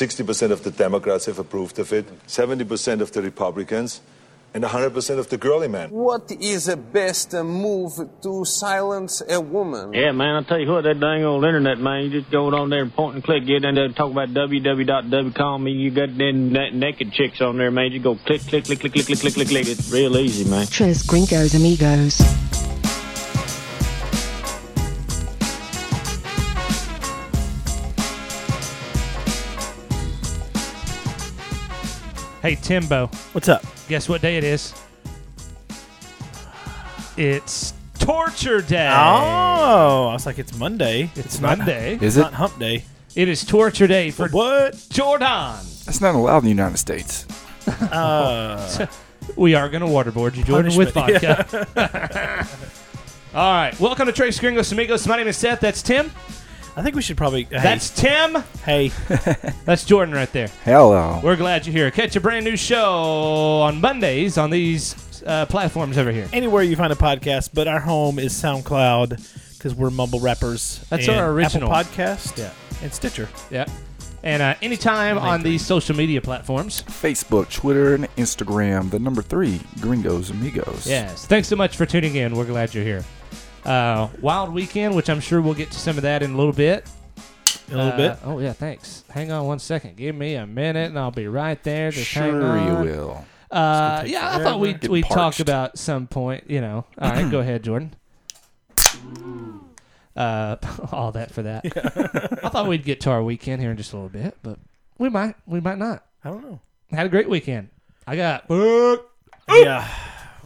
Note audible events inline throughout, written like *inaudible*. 60% of the Democrats have approved of it, 70% of the Republicans, and 100% of the girly men. What is the best move to silence a woman? Yeah, man, I tell you what, that dang old internet, man, you just go on there and point and click, get in there and talk about www.wcom, and you got them na- naked chicks on there, man. You go click, click, click, click, click, click, click, click, click. It's real easy, man. Tres Gringos Amigos. Hey, Timbo, What's up? guess what day it is? It's Torture Day. Oh, I was like, it's Monday. It's, not- Monday. Is It's it? not Hump Day. It is Torture Day for What? Jordan. That's not allowed in the United States. We are going to waterboard you, Jordan, with Punishment, vodka. *laughs* *laughs* All right. Welcome to Trace Gringos Amigos. My name is Seth. That's Tim. I think we should probably. Hey, That's Tim. *laughs* hey. That's Jordan right there. Hello. We're glad you're here. Catch a brand new show on Mondays on these uh, platforms over here. Anywhere you find a podcast, but our home is SoundCloud because we're mumble rappers. That's and our original. Apple Podcast. Yeah. And Stitcher. Yeah. And uh, anytime on these social media platforms. Facebook, Twitter, and Instagram. The number three, Gringos Amigos. Yes. Thanks so much for tuning in. We're glad you're here. Uh, wild weekend, which I'm sure we'll get to some of that in a little bit. A little Uh, bit. Oh yeah, thanks. Hang on one second. Give me a minute, and I'll be right there. Just hang Sure on. you will. Uh, yeah, I thought we Get we talked parched. about some point. You know. All right, go ahead, Jordan. Uh, *laughs* all that for that. *laughs* I thought we'd get to our weekend here in just a little bit, but we might we might not. I don't know. Had a great weekend. I got Yeah.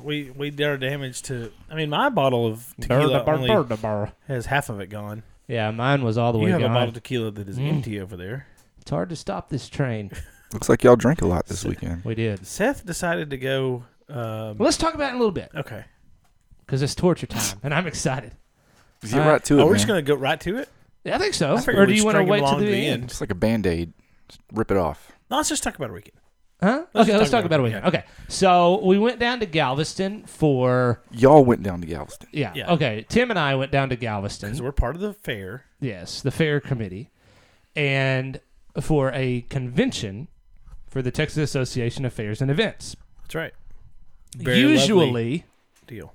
We we did our damage to. I mean, my bottle of tequila only has half of it gone. Yeah, mine was all the You way have a gone. bottle of tequila that is Mm. empty over there. It's hard to stop this *laughs* train. Looks like y'all drank a lot this weekend. We did. Seth decided to go. Um, Well, let's talk about it in a little bit okay. because it's torture time, and I'm excited. Get right to it. Oh, we're man. just gonna go right to it. Yeah, I think so. I figured or we do you just want to drag 'em wait along till the, end? It's like a band aid. Rip it off. No, let's just talk about a weekend. Huh? Let's okay, just let's talk talk about about it. it, Again. Okay, so we went down to Galveston for Y'all went down to Galveston. yeah, Yeah. Okay, Tim and I went down to Galveston. because we're part of the fair. yes, the fair committee, and for a convention for the Texas Association of Fairs and Events. That's right. lovely Usually, deal.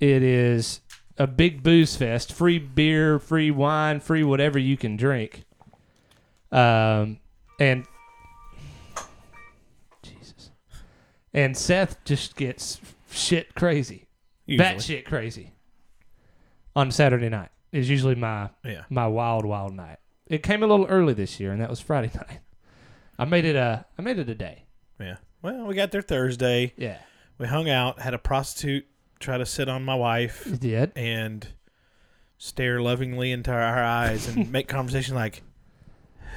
it is a big booze fest free beer free wine free whatever you can drink um and jesus and seth just gets shit crazy Usually. bat shit crazy on saturday night is usually my Yeah. my wild wild night it came a little early this year and that was friday *laughs* night i made it a i made it a day Yeah. Well, we got there Thursday. yeah We hung out, had a prostitute try to sit on my wife it did and stare lovingly into our eyes *laughs* and make conversation like,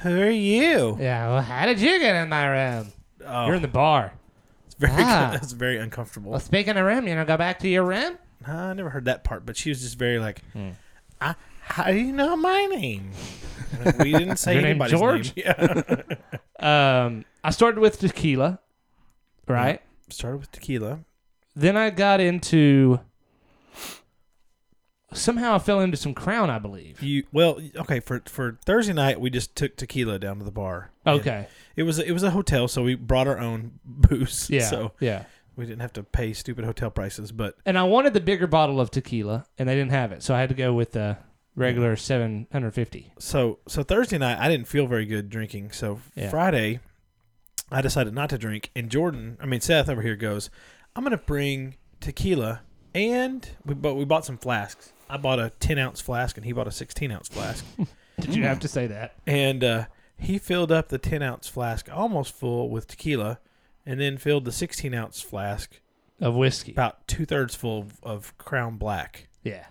"Who are you?" yeah well how did you get in my room Oh, you're in the bar *laughs* it's very Ah. that's very Well, uncomfortable. speaking of room, you know, go back to your room. Nah, I never heard that part, but she was just very like, Hmm. I, "How do you know my name?" *laughs* And *laughs* we didn't say Your name anybody's George? name. *laughs* Yeah. Um, I started with tequila, right? Started with tequila. Then I got into somehow I fell into some crown, I believe. You well, okay for for Thursday night we just took tequila down to the bar. And Okay, it was it was a hotel, so we brought our own *laughs* booze. yeah, so yeah. we didn't have to pay stupid hotel prices. But And I wanted the bigger bottle of tequila, and they didn't have it, so I had to go with the regular seven hundred fifty. so so Thursday night I didn't feel very good drinking. So Yeah. Friday, I decided not to drink. And Jordan, I mean Seth over here goes, I'm gonna bring tequila, and we but we bought some flasks. I bought a ten ounce flask, and he bought a sixteen ounce flask. Did you have to say that? and uh, he filled up the 10 ounce flask almost full with tequila and then filled the 16 ounce flask Of whiskey. about two thirds full of, of crown black Yeah.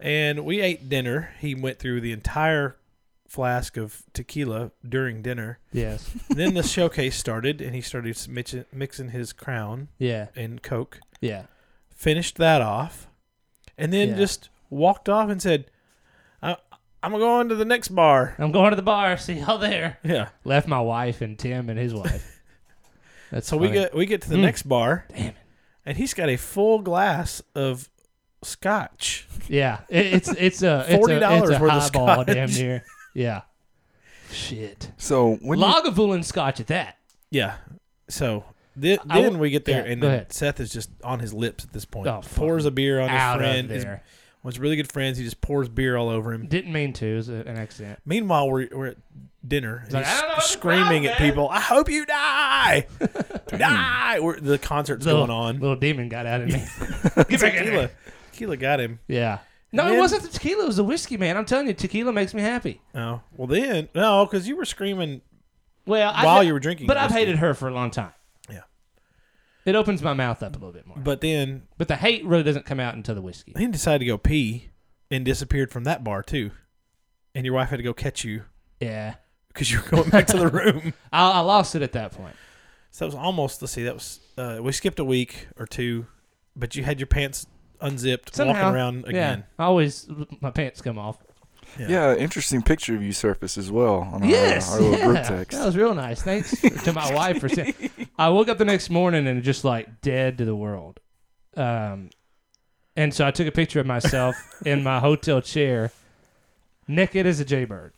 and we ate dinner he went through the entire flask of tequila during dinner Yes. *laughs* then the showcase started and he started s- mixin- mixing his crown Yeah. and coke Yeah. finished that off and then Yeah. just walked off and said I- i'm going to the next bar I'm going to the bar. See y'all there. yeah Left my wife and Tim and his *laughs* wife. That's So we funny. Hmm. get we get to the next bar, and he's got a full glass of scotch. Yeah, it, it's it's a it's a- *laughs* $40 it's a worth of highball scotch. damn near. Yeah, Shit. So when you- Lagavulin scotch at that. Yeah. So th- I then w- we get there, yeah, and go then ahead. Seth is just on his lips at this point. Oh, fuck. pours a beer on Out his of friend. His, there. was really good friends. He just pours beer all over him. Didn't mean to. It was a- an accident. Meanwhile, we're, we're at dinner. and like, he's "I don't know what the screaming problem at is." people. I hope you die. *laughs* die. We're, the concert's Little- going on. *laughs* Little demon got out of me. Get back in Tequila. here. Tequila got him. Yeah. No, Then- it wasn't the tequila. It was the whiskey, man. I'm telling you, tequila makes me happy. Oh well, then no, because you were screaming. Well, I- While you were drinking but I've whiskey. hated her for a long time. Yeah. It opens my mouth up a little bit more. But then But the hate really doesn't come out until the whiskey. he decided to go pee and disappeared from that bar too. And your wife had to go catch you Yeah. because you were going back *laughs* to the room. I, I lost it at that point. So that was almost. Let's see. That was. Uh, we skipped a week or two, but you had your pants unzipped, Somehow, walking around again. Yeah, I always, my pants come off. yeah, interesting picture of you surfaced as well on our, Yes, Oh, our *laughs* little yeah. group text. That was real nice. Thanks to my wife for saying. I woke up the next morning and just like dead to the world. Um, and so I took a picture of myself in my hotel chair, naked as a jaybird.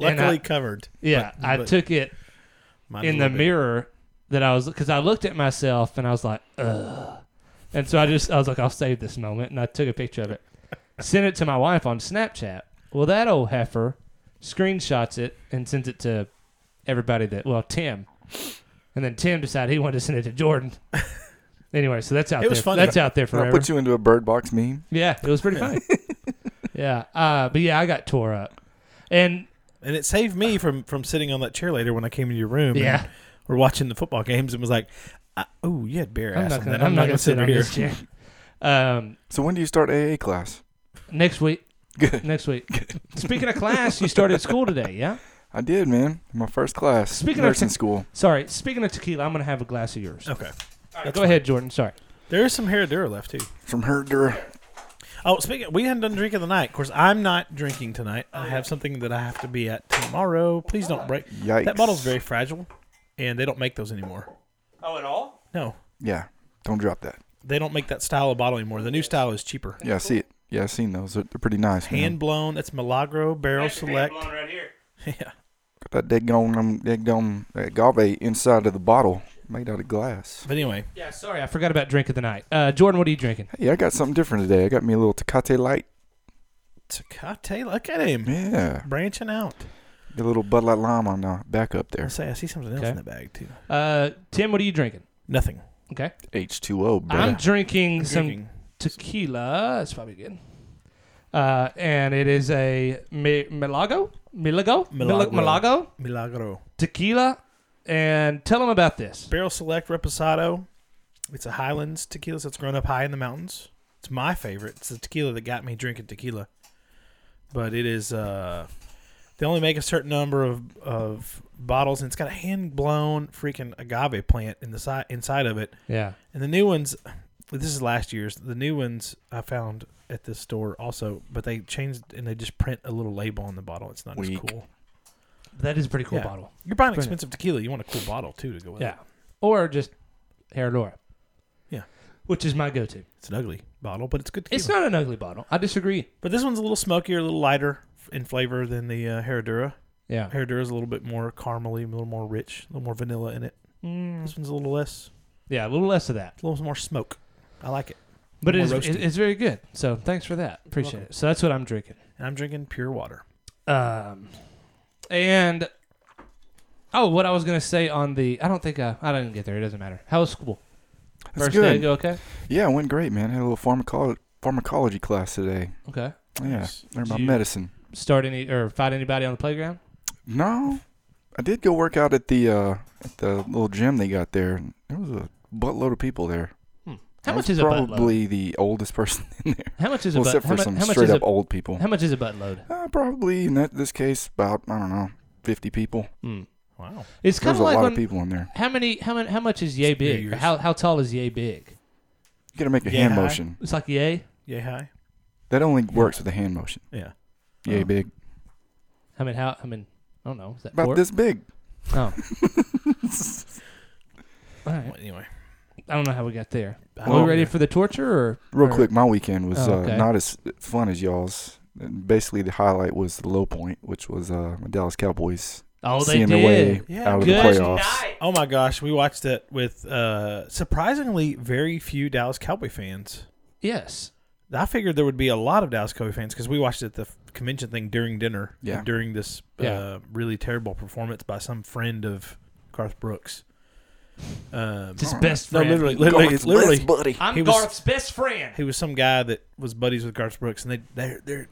And Luckily I- covered. Yeah, But- I but took it might as in well the be. mirror that I was because I looked at myself and I was like, ugh. And so I just I was like, I'll save this moment, and I took a picture of it, sent it to my wife on Snapchat. Well, that old heifer screenshots it and sends it to everybody that well Tim, and then Tim decided he wanted to send it to Jordan. anyway, so that's out It was there. funny. That's out there I'll forever. put you into a bird box meme. yeah, it was pretty funny. yeah, uh, but yeah, I got tore up, and And it saved me from from sitting on that chair later when I came into your room. and Yeah. we're watching the football games and was like, I- "Oh, you had bare I'm ass not on gonna, that. I'm, not gonna sit on over this here." chair. Um, So when do you start AA class? *laughs* Next week. Good. Next week. Speaking of class, you started school today, yeah? I did, man. My first class. Speaking of nursing te- school. Sorry. Speaking of tequila, I'm going to have a glass of yours. Okay, Go ahead, Jordan. Sorry. there is some Herradura left too. From Herder. Oh, speaking, we hadn't done drinking the night. Of course, I'm not drinking tonight. I have something that I have to be at tomorrow. Please don't break. That Yikes. bottle's very fragile, and they don't make those anymore. Oh, at all? No, Yeah. Don't drop that. they don't make that style of bottle anymore. The new style is cheaper. Mm-hmm. Yeah, I see it. Yeah, I've seen those. They're, they're pretty nice, man. Hand blown. That's Milagro Barrel Select. Right here. *laughs* yeah. Got that daggone, um, daggone agave inside of the bottle made out of glass. But anyway, Yeah, sorry. I forgot about drink of the night. Uh, Jordan, what are you drinking? Hey, I got something different today. I got me a little Tecate Light. Tecate. Look at him Yeah. branching out. The little Bud Light Lime on the back up I there. say I see something else Okay. in the bag too. Uh, Tim, what are you drinking? Nothing. Okay. H2O, bro. I'm drinking some Drinking. tequila. That's probably good. Uh, and it is a Mi- Milago? Milago? Milagro. Milago Milagro tequila. And tell them about this. Barrel Select Reposado. It's a Highlands tequila that's grown up high in the mountains. It's my favorite. It's the tequila that got me drinking tequila. But it is uh they only make a certain number of, of bottles and it's got a hand blown freaking agave plant in the side inside of it. Yeah. And the new ones, this is last year's. The new ones I found at this store also, but they changed and they just print a little label on the bottle. It's not Weak. as cool. That is a pretty cool Yeah. bottle. You're buying Print it. expensive tequila. You want a cool bottle too to go with Yeah. it. Or just Herradura. Yeah. Which is my go to. It's an ugly bottle, but it's good tequila. It's not an ugly bottle. I disagree. but this one's a little smokier, a little lighter f- in flavor than the uh, Herradura. Yeah. Herradura's a little bit more caramely, a little more rich, a little more vanilla in it. Mm. This one's a little less, Yeah, a little less of that. a little more smoke. I like it. But it More is, roasty. it- it's very good. So thanks for that. Appreciate it. So that's what I'm drinking. And I'm drinking pure water. Um, and oh, what I was gonna say on the I don't think I I didn't get there. It doesn't matter. How was school? That's First day, good. you okay? Yeah, it went great, man. Had a little pharmacolo- pharmacology class today. Okay. Yeah. Nice. Learned about You- medicine. Start any or fight anybody on the playground? No, I did go work out at the uh, at the little gym they got there. and There was a buttload of people there. How I much was is a butt load? Hmm. probably the oldest person *laughs* in there? How much is a Well, butt? except How, for mu- some how much straight is a, up old people. how much is a butt load? Uh, probably in that, this case about I don't know, fifty people. Wow. It's There kind of was Hmm. a like lot when, of people in there. How many? How many? How much is yay big? Or Years. How how tall is yay big? You gotta make a Yeah, hand hi. motion. It's like yay. Yay, hi. That only works with a hand motion. Yeah. Yay, Oh. big. I mean, how? I mean, I don't know. Is that About four? this big. *laughs* Oh. All right. Well, anyway. I don't know how we got there. Are Well, we ready for the torture or Real or- quick, my weekend was Oh, okay. uh, not as fun as y'all's. And basically, the highlight was the low point, which was uh, my Dallas Cowboys Oh, they seeing their way did. Yeah, out of the Good playoffs. night. Oh my gosh, we watched it with uh, surprisingly very few Dallas Cowboy fans. Yes. I figured there would be a lot of Dallas Cowboy fans because we watched it at the f- convention thing during dinner. Yeah. During this Yeah. uh, really terrible performance by some friend of Garth Brooks. Um, It's his best no, friend. literally, literally, it's literally, buddy. I'm He was- Garth's best friend. He was some guy that was buddies with Garth Brooks, and they they they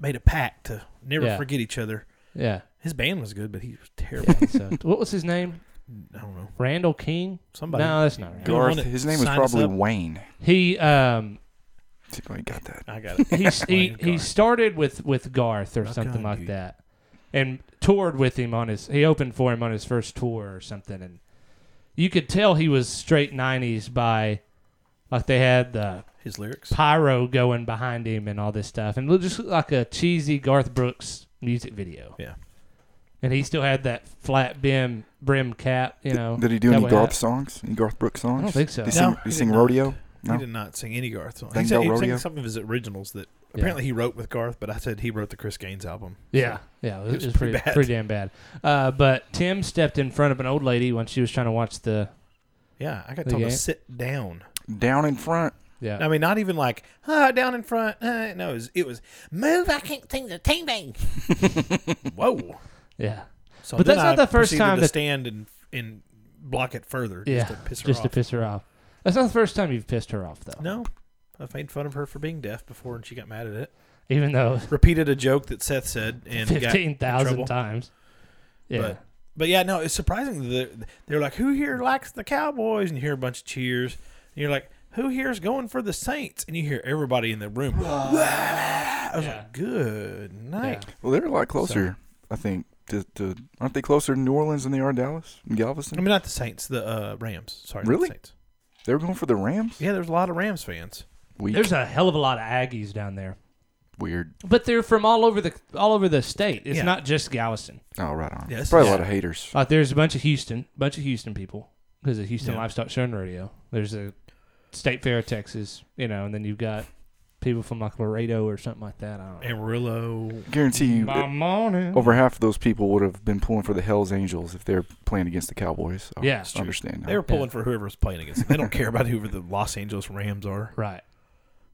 made a pact to never Yeah. forget each other. Yeah. His band was good, but he was terrible. So, what was his name? *laughs* I don't know. Randall King? Somebody. No, that's not right. Go- Garth, Wanna his name was sign us probably up? Wayne. He um See if I got that. I got it. he he, Wayne he Garth. started with with Garth or something gonna like be- that, and toured with him on his. He opened for him on his first tour or something, and you could tell he was straight '90s by, like they had the His lyrics. pyro going behind him and all this stuff, and it just looked like a cheesy Garth Brooks music video. Yeah. And he still had that flat brim brim cap, you know. Did he do any cowboy Garth hat. songs? Any Garth Brooks songs? think so. Did he sing, No, did he he did sing not. Rodeo? No. He did not sing any Garth songs. He, Thank sang, God he sang Rodeo. some of his originals that Yeah. apparently he wrote with Garth, but I said he wrote the Chris Gaines album. Yeah, yeah, it, was pretty pretty, bad. damn bad. Uh, but Tim stepped in front of an old lady when she was trying to watch the Yeah, I got The Oh. told to game? sit down. Down in front. yeah. I mean, not even like ah, down in front. Uh, no, it was, it was move. I can't think the team thing. *laughs* Whoa! Yeah. So But then that's not I the first proceeded time to that- stand and and block it further. Yeah. just to piss her just off. to piss her off. That's not the first time you've pissed her off, though. no, I've made fun of her for being deaf before, and she got mad at it. Even though Repeated a joke that Seth said and got in 15,000 trouble. times. Yeah. But but yeah, no, it's surprising. that They're like, who here likes the Cowboys? And you hear a bunch of cheers. And you're like, who here is going for the Saints? And you hear everybody in the room. I was Yeah. like, good night. Well, they're a lot closer, I think. To, to aren't they closer to New Orleans than they are Dallas and Galveston? I mean, not the Saints, the uh, Rams. Sorry, not the Really? Saints. they were going for the Rams. Yeah, there's a lot of Rams fans. Weak. There's a hell of a lot of Aggies down there. Weird. But they're from all over the all over the state. It's Yeah. not just Galveston. Oh, right on. Yeah, Yeah, this probably is- a lot of haters. Like there's a bunch of Houston, bunch of Houston people because of Houston Yeah. Livestock Show and Radio. There's a State Fair of Texas, you know, and then you've got people from like Laredo or something like that. I don't know. Amarillo. Guarantee you, My uh, morning. over half of those people would have been pulling for the Hell's Angels if they're playing against the Cowboys. I Yeah. just understand. They were That. pulling for whoever's playing against them. They don't care about whoever the Los Angeles Rams are. Right.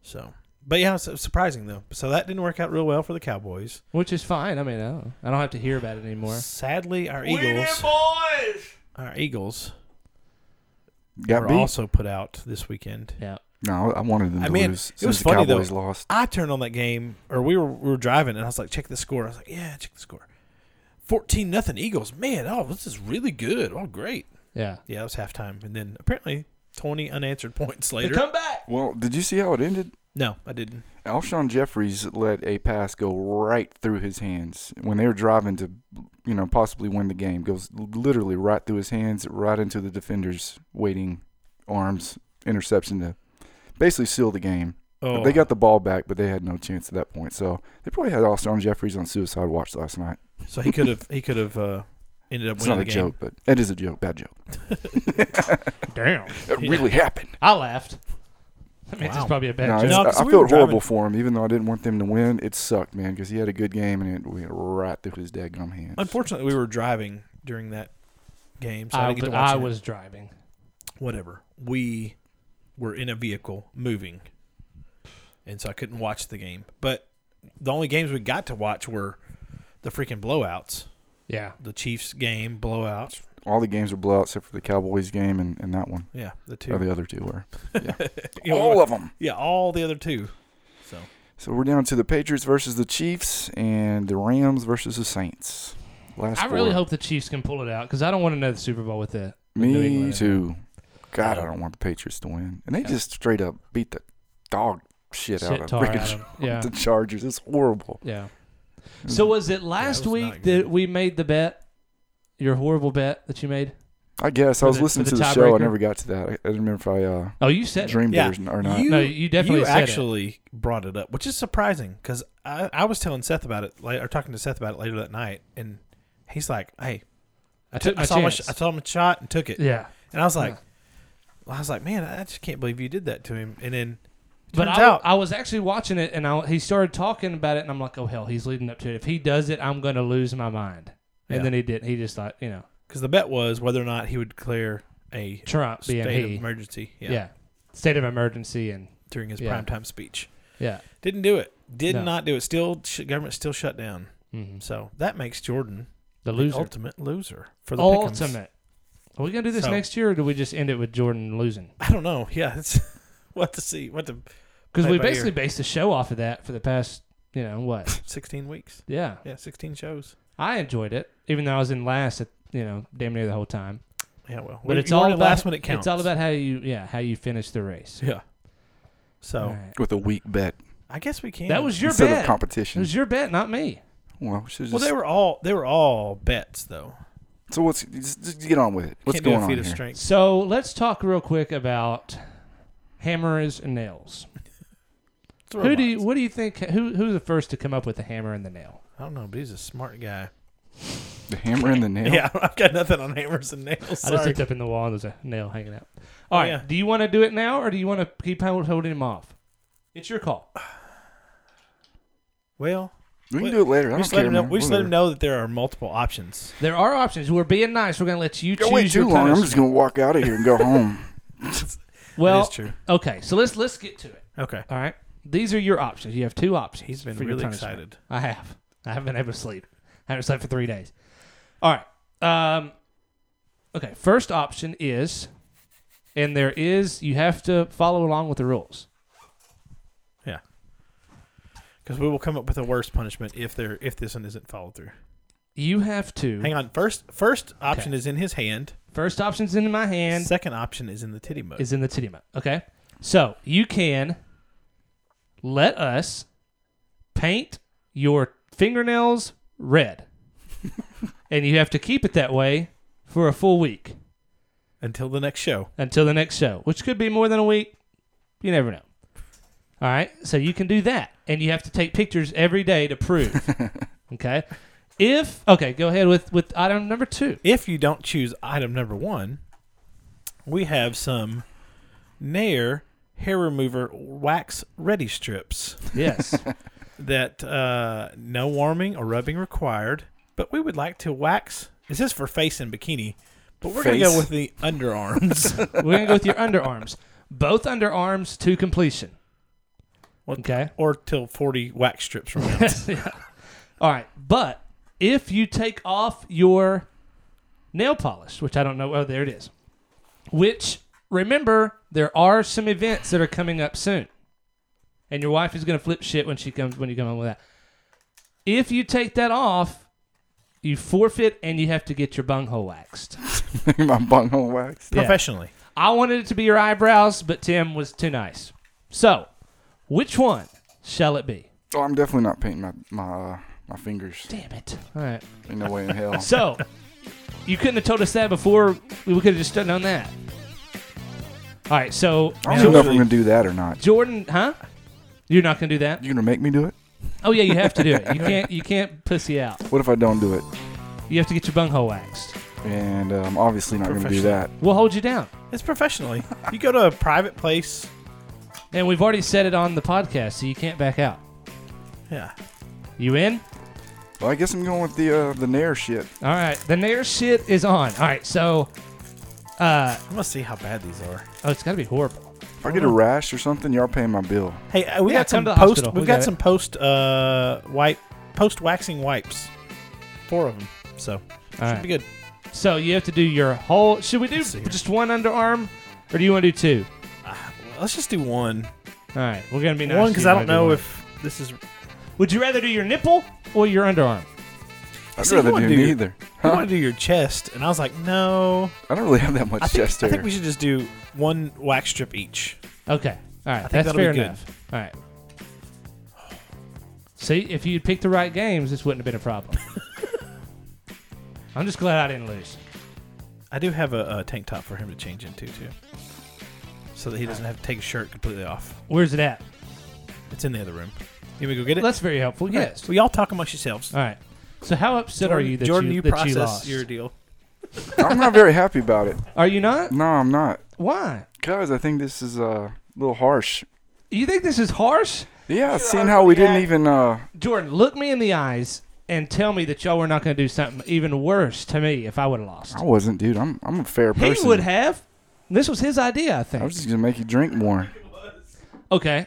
So, but yeah, it's surprising though. So that didn't work out real well for the Cowboys. Which is fine. I mean, I don't, I don't have to hear about it anymore. Sadly, our Eagles, our Eagles, Got were beat. also put out this weekend. Yeah. No, I wanted them I to mean, lose. it since was the funny, though. Cowboys lost. I turned on that game, or we were we were driving, and I was like, check the score. I was like, yeah, check the score. Fourteen nothing Eagles. Man, oh, this is really good. Oh, great. Yeah. Yeah, it was halftime, and then apparently twenty unanswered *laughs* points later. back. Well, did you see how it ended? No, I didn't. Alshon Jeffries let a pass go right through his hands when they were driving to, you know, possibly win the game. Goes literally right through his hands, right into the defender's waiting arms. Interception to basically seal the game. Oh, They got the ball back, but they had no chance at that point. So they probably had Alshon Jeffries on suicide watch last night. so he could have he could have uh, ended up It's winning not a the game. joke, but it is a joke. Bad joke. Damn. It really happened. I *laughs* laughed. I mean, it's Wow. just probably a bad No, joke. it's- No, I, 'cause I we were felt driving- horrible for him, even though I didn't want them to win. It sucked, man, because he had a good game and it went right through his dadgum hands. *laughs* Unfortunately, we were driving during that game, so I, I, didn't get to but watch I it. was driving. whatever. We were in a vehicle moving, and so I couldn't watch the game. But the only games we got to watch were the freaking blowouts, Yeah. the Chiefs game blowout. all the games were blowouts except for the Cowboys game and, and that one. Yeah, the Or two. the other two were. *laughs* Yeah. Yeah, all of them. yeah, all the other two. So So we're down to the Patriots versus the Chiefs and the Rams versus the Saints. Last I really four. hope the Chiefs can pull it out because I don't want another Super Bowl with the with New England in Me it. too. God, I don't want the Patriots to win. And they just straight up beat the dog shit, Shit out of tar freaking out of *laughs* *laughs* 'em. Yeah. the Chargers. It's horrible. Yeah. So was it last was not week good. that we made the bet? Your horrible bet that you made? I guess For I was the- listening for to the the show. I tiebreaker? never got to that. I, I didn't remember if I uh, Oh, you said it. dreamed Yeah. it or, or not. No, you definitely you said it. actually brought it up, which is surprising because I, I was telling Seth about it, la- or talking to Seth about it later that night, and he's like, "Hey, I took my I saw my, chance. sh- I saw my shot and took it." yeah. And I was like, I was like, man, I just can't believe you did that to him. And then But Turns I, out- I was actually watching it, and I, he started talking about it, and I'm like, "Oh hell, he's leading up to it. If he does it, I'm going to lose my mind." And Yeah. then he did. He just like you know, Because the bet was whether or not he would declare a Trump state being of he, emergency. Yeah, yeah. state of emergency, and during his Yeah. primetime speech. yeah, Didn't do it. Did No. not do it. Still, sh- government still shut down. hmm So that makes Jordan the the loser, Mm-hmm. ultimate loser for the pick'ems. Oh, ultimate. Are we gonna do this So- next year, or do we just end it with Jordan losing? I don't know. Yeah, it's *laughs* what to see. What to Because Play we by ear. basically based the show off of that for the past, you know, what? *laughs* sixteen weeks. yeah, Yeah, sixteen shows. I enjoyed it, even though I was in last, at, you know, damn near the whole time. Yeah, well, But we- it's you all learn it about, last minute counts. It's all about how you, yeah, how you finish the race. yeah. So All right. with a weak bet I guess we can. that was your instead of bet. It competition. was your bet, not me. well, should well. just, They were all they were all bets though. so what's just, just get on with it? What's Can't do going a on feat here? of strength. So let's talk real quick about hammers and nails. It's a Who do you, robot. what do you think? Who who's the first to come up with the hammer and the nail? I don't know, but he's a smart guy. The hammer and the nail. Yeah, *laughs* I've got nothing on hammers and nails. I just Sorry. Oh, looked up in the wall and there's a nail hanging out. All right. yeah. Do you want to do it now or do you want to keep hold- holding him off? It's your call. Well, We can Wait, do it later. we I don't just, let care. him know, man. we just let him Whatever. know that there are multiple *laughs* options. There are options. We're being nice. We're going to let you Go wait choose your too long. I'm punishment. just gonna walk out of here and go *laughs* home. Well, that is true. okay. So let's let's get to it. Okay. All right. These are your options. You have two options. He's been for your really punishment. excited. I have. I haven't been able to sleep. I haven't slept for three days. All right. Um, okay. First option is, and there is, you have to follow along with the rules. Yeah. Because we will come up with a worse punishment if there if this one isn't followed through. You have to. Hang on. First first option Okay. is in his hand. First option's in my hand. Second option is in the titty mode. is in the titty mount. Okay. So you can let us paint your fingernails red. and you have to keep it that way for a full week Until the next show. until the next show, which could be more than a week. You never know. All right. So you can do that. And you have to take pictures every day to prove. okay. If okay, go ahead with with item number two. If you don't choose item number one, we have some Nair hair remover wax ready strips. Yes. that uh, no warming or rubbing required, but we would like to wax. This is for face and bikini, but we're going to Face. go with the underarms. We're gonna go with your underarms. Both underarms to completion. What- Okay. *laughs* Or till 40 wax strips from now. Yeah. All right, but if you take off your nail polish, which I don't know, oh, there it is. Which remember, there are some events that are coming up soon, and your wife is going to flip shit when she comes when you come home with that. If you take that off, you forfeit and you have to get your bunghole waxed. My bunghole wax. Yeah. Professionally. I wanted it to be your eyebrows, but Tim was too nice. So, which one shall it be? Oh, I'm definitely not painting my my uh, my fingers. Damn it! All right. Ain't no way in hell. So, you couldn't have told us that before. We could have just done that. All right, so I don't know if I'm Usually- gonna do that or not. Jordan, huh? You're not gonna do that? You gonna make me do it? Oh yeah, you have to do it. You can't. You can't pussy out. What if I don't do it? You have to get your bunghole waxed. And uh, I'm obviously not gonna do that. We'll hold you down. It's professionally. You go to a private place. And we've already said it on the podcast, so you can't back out. Yeah. You in? Well, I guess I'm going with the uh, the nair shit. All right. The Nair shit is on. All right. So, uh, I'm going to see how bad these are. oh, it's gotta be horrible. If I get a Uh-huh. rash or something, y'all paying my bill. Hey, uh, we Yeah, got come some to the post. hospital. We've We got, got it. some post uh, wipe, post waxing wipes. Four of them. So, All should right. be good. So you have to do your whole. Should we do Let's see here. just one underarm, or do you want to do two? Let's just do one. All right, we're gonna be nice. one, to because you I and don't know one. if this is. Would you rather do your nipple or your underarm? I'd See, rather you wanna do do your- neither. I Huh? want to do your chest. And I was like, no. I don't really have that much I think, chest I hair. think we should just do one wax strip each. Okay, all right, think that's that'll fair be good. enough. All right. See, if you'd picked the right games, this wouldn't have been a *laughs* problem. I'm just glad I didn't lose. I do have a, a tank top for him to change into too, so that he doesn't have to take his shirt completely off. Where's it at? It's in the other room. You want me to go get it? That's very helpful. All right. Yes. Well, y'all talk amongst yourselves. All right. So how upset Jordan, are you that Jordan, you, you, that process you lost? your deal. I'm not very happy about it. Are you not? No, I'm not. Why? Cause I think this is uh, a little harsh. You think this is harsh? Yeah, seeing how we didn't even. Uh, Jordan, look me in the eyes and tell me that y'all were not going to do something even worse to me if I would have lost. I wasn't, dude. I'm I'm a fair He person. would have. This was his idea, I think. I was just gonna make you drink more. okay.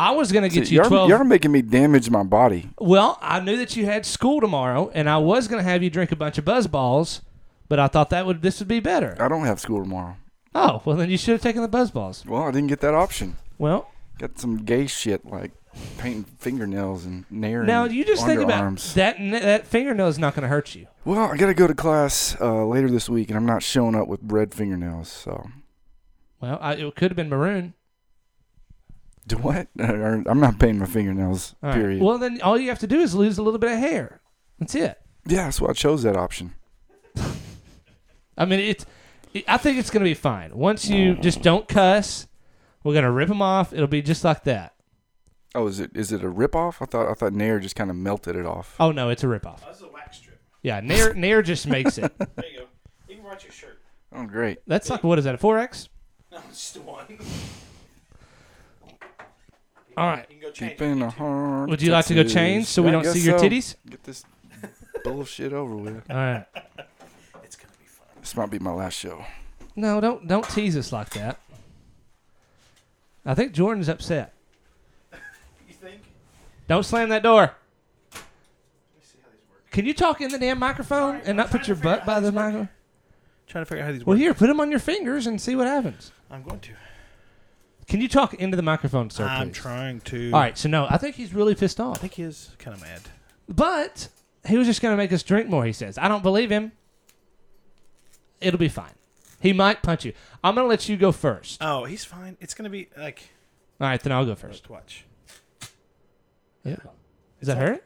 I was going to get you Y'all, 12. y'all are making me damage my body. Well, I knew that you had school tomorrow, and I was going to have you drink a bunch of buzz balls, but I thought that would this would be better. I don't have school tomorrow. Oh, well, then you should have taken the buzz balls. Well, I didn't get that option. Well, Got some gay shit like painting fingernails and nair. now and you just think about underarms. that. n- That fingernail is not going to hurt you. Well, I gotta go to class uh, later this week, and I'm not showing up with red fingernails. So, Well, I, it could have been maroon. do what? *laughs* I'm not painting my fingernails. All right. Period. Well, then all you have to do is lose a little bit of hair. That's it. yeah, so I chose that option. I mean, it's. It, I think it's going to be fine. Once you just don't cuss, we're going to rip them off. It'll be just like that. Oh, is it is it a rip off? I thought I thought Nair just kind of melted it off. Oh no, it's a ripoff. This is a wax strip. Yeah, Nair, Nair just makes it. There you go. You can write your shirt. *laughs* Oh, great. That's like what is that? A four X? No, just the one. *laughs* You All right. can go change. Deep in the heart. Would you like to go Texas. change so we I don't guess see your so. titties? Get this bullshit over with. All right. It's gonna be fun. This might be my last show. No, don't don't tease us like that. I think Jordan's upset. You think? Don't slam that door. Can you talk in the damn microphone and not put your butt by the microphone? Trying to figure out how these Well, work. here, put them on your fingers and see what happens. I'm going to. Can you talk into the microphone, sir? I'm please? trying to. All right, so no, I think he's really pissed I off. think he is kind of mad. But he was just going to make us drink more, he says. I don't believe him. It'll be fine. He might punch you. I'm going to let you go first. Oh, he's fine. It's gonna be like. All right, then I'll go first. Just watch. Yeah. Is that hurt?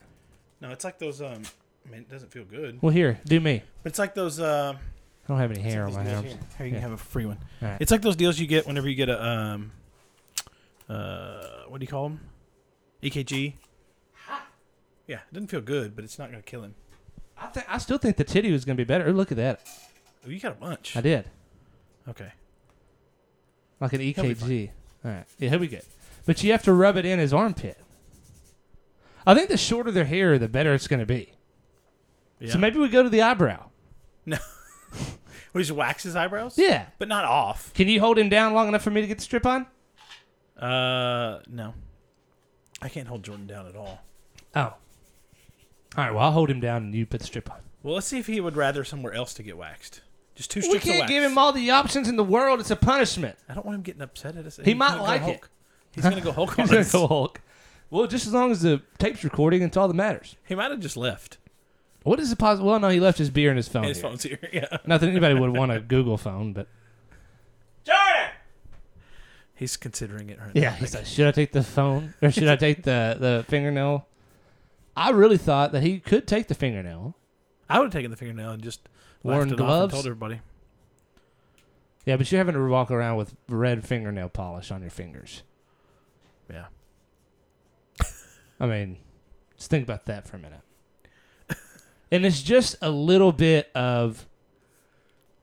No, it's like those. Um, I mean, it doesn't feel good. Well, here, do me. But it's like those. Um, I don't have any hair on those my deals arms. here. Here, you Yeah. can have a free one. All right. It's like those deals you get whenever you get a. Um, uh, what do you call them? EKG. Yeah, it doesn't feel good, but it's not gonna kill him. I, th- I still think the titty was going to be better. Look at that. Oh, you got a bunch. I did. Okay. *laughs* Like an be EKG. All right. Yeah, he'll be good. But you have to rub it in his armpit. I think the shorter their hair, the better it's going to be. Yeah. So maybe we go to the eyebrow. What, just wax his eyebrows? Yeah. But not off. Can you hold him down long enough for me to get the strip on? Uh, no. I can't hold Jordan down at all. Oh. All right. Well, I'll hold him down and you put the strip on. Well, let's see if he would rather somewhere else to get waxed. Just two We strips of can't wax. give him all the options in the world. It's a punishment. I don't want him getting upset at us. He He's might gonna go like it. Hulk. He's gonna go *laughs* Hulk He's on going us. to go Hulk. Well, just as long as the tape's recording, it's all that matters. He might have just left. What is the possible? Well, no, he left his beer and his phone. And his here. phone's here. Yeah. Not that anybody would want a Google phone, but He's considering it right yeah, he's like, should I take the phone or should I take the the fingernail? I really thought that he could take the fingernail. now. I would have taken the fingernail and just Worn laughed it off and gloves? told everybody. Yeah, but you're having to walk around with red fingernail polish on your fingers. Yeah. I mean, just think about that for a minute. and it's just a little bit of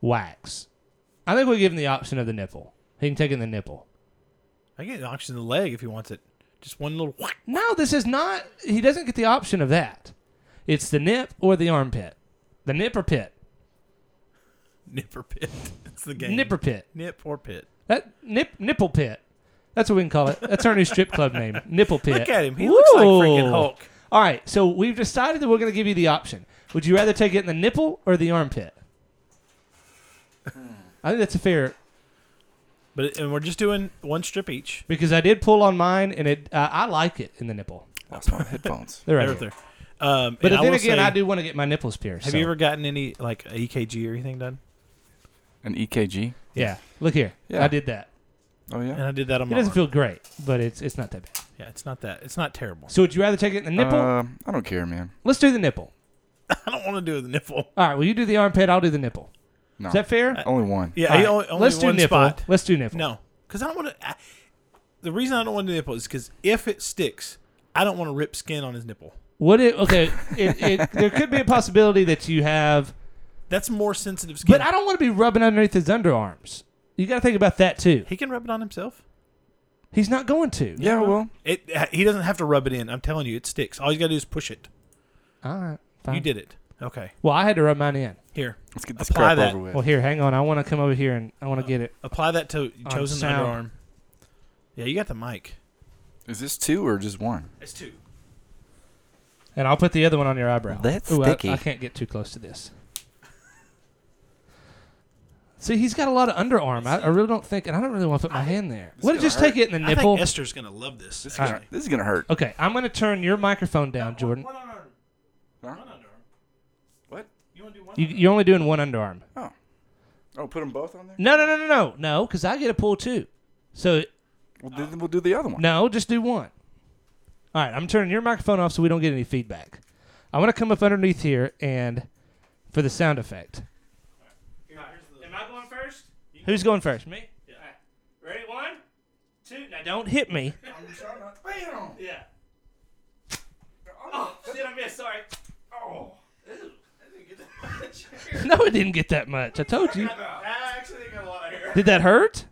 wax. I think we give him the option of the nipple. He can take in the nipple. I get an option in the leg if he wants it. Just one little *laughs* whack. No, this is not. He doesn't get the option of that. It's the nip or the armpit. The nip or pit. nipper pit. *laughs* It's the game. Nipper pit. Nip or pit. That nip nipple pit. That's what we can call it. That's our new strip club name. Nipple pit. Look at him. He looks like freaking Whoa. Hulk. All right, so we've decided that we're going to give you the option. Would you rather take it in the nipple or the armpit? I think that's a fair But it- and we're just doing one strip each. because I did pull on mine and it. Uh, I like it in the nipple. Lost *laughs* my headphones. They're right There, here. there. Um, But and then will again, say, I do want to get my nipples pierced. Have so- you ever gotten any like EKG or anything done? An E EKG. Yeah, look here. Yeah. I did that. Oh And yeah. I did that on It my. doesn't arm. feel great, but it's it's not that bad. yeah, it's not that. It's not terrible. So would you rather take it in the nipple? Uh, I don't care, man. Let's do the nipple. *laughs* I don't want to do the nipple. All right. Well, you do the armpit. I'll do the nipple. No. Is that fair? Only one. Yeah, All right, Uh, only, only Let's do one nipple. spot. Let's do nipple. No, because I don't want to. The reason I don't want to nipple is because if it sticks, I don't want to rip skin on his nipple. What it? Okay. It, it, there could be a possibility that you have, That's more sensitive skin. but I don't want to be rubbing underneath his underarms. You got to think about that too. He can rub it on himself. He's not going to. Yeah, well, It he doesn't have to rub it in. I'm telling you, it sticks. All you gotta do is push it. All right. Fine. You did it. Okay. Well, I had to rub mine in. Here. let's get this Apply crap that. over with. Well, here, hang on. I want to come over here and I want to get it. Apply that to your On chosen sound. underarm. Yeah, you got the mic. Is this two or just one? It's two. And I'll put the other one on your eyebrow. That's Ooh, I- sticky. I, can't get too close to this. See, he's got a lot of underarm. I, I really don't think, and I don't really want to put my hand there. What if gonna just take it in the I nipple? think Esther's gonna love this. This is, actually. gonna, this is gonna hurt. okay, I'm going to turn your microphone down, Jordan. Huh? What? You, you're only doing one underarm. Oh, put them both on there. No, no, no, no, no, no, because I get a pull too. So Well, then we'll do the other one. No, just do one. All right, I'm turning your microphone off so we don't get any feedback. I want to come up underneath here and for the sound effect. Am I going first? Who's going first? Me? Yeah. Ready? One, two. Now don't hit me. *laughs* Yeah. Oh, shit, I missed. Sorry. Oh. *laughs* no, it didn't get that much. I told you. Did that hurt?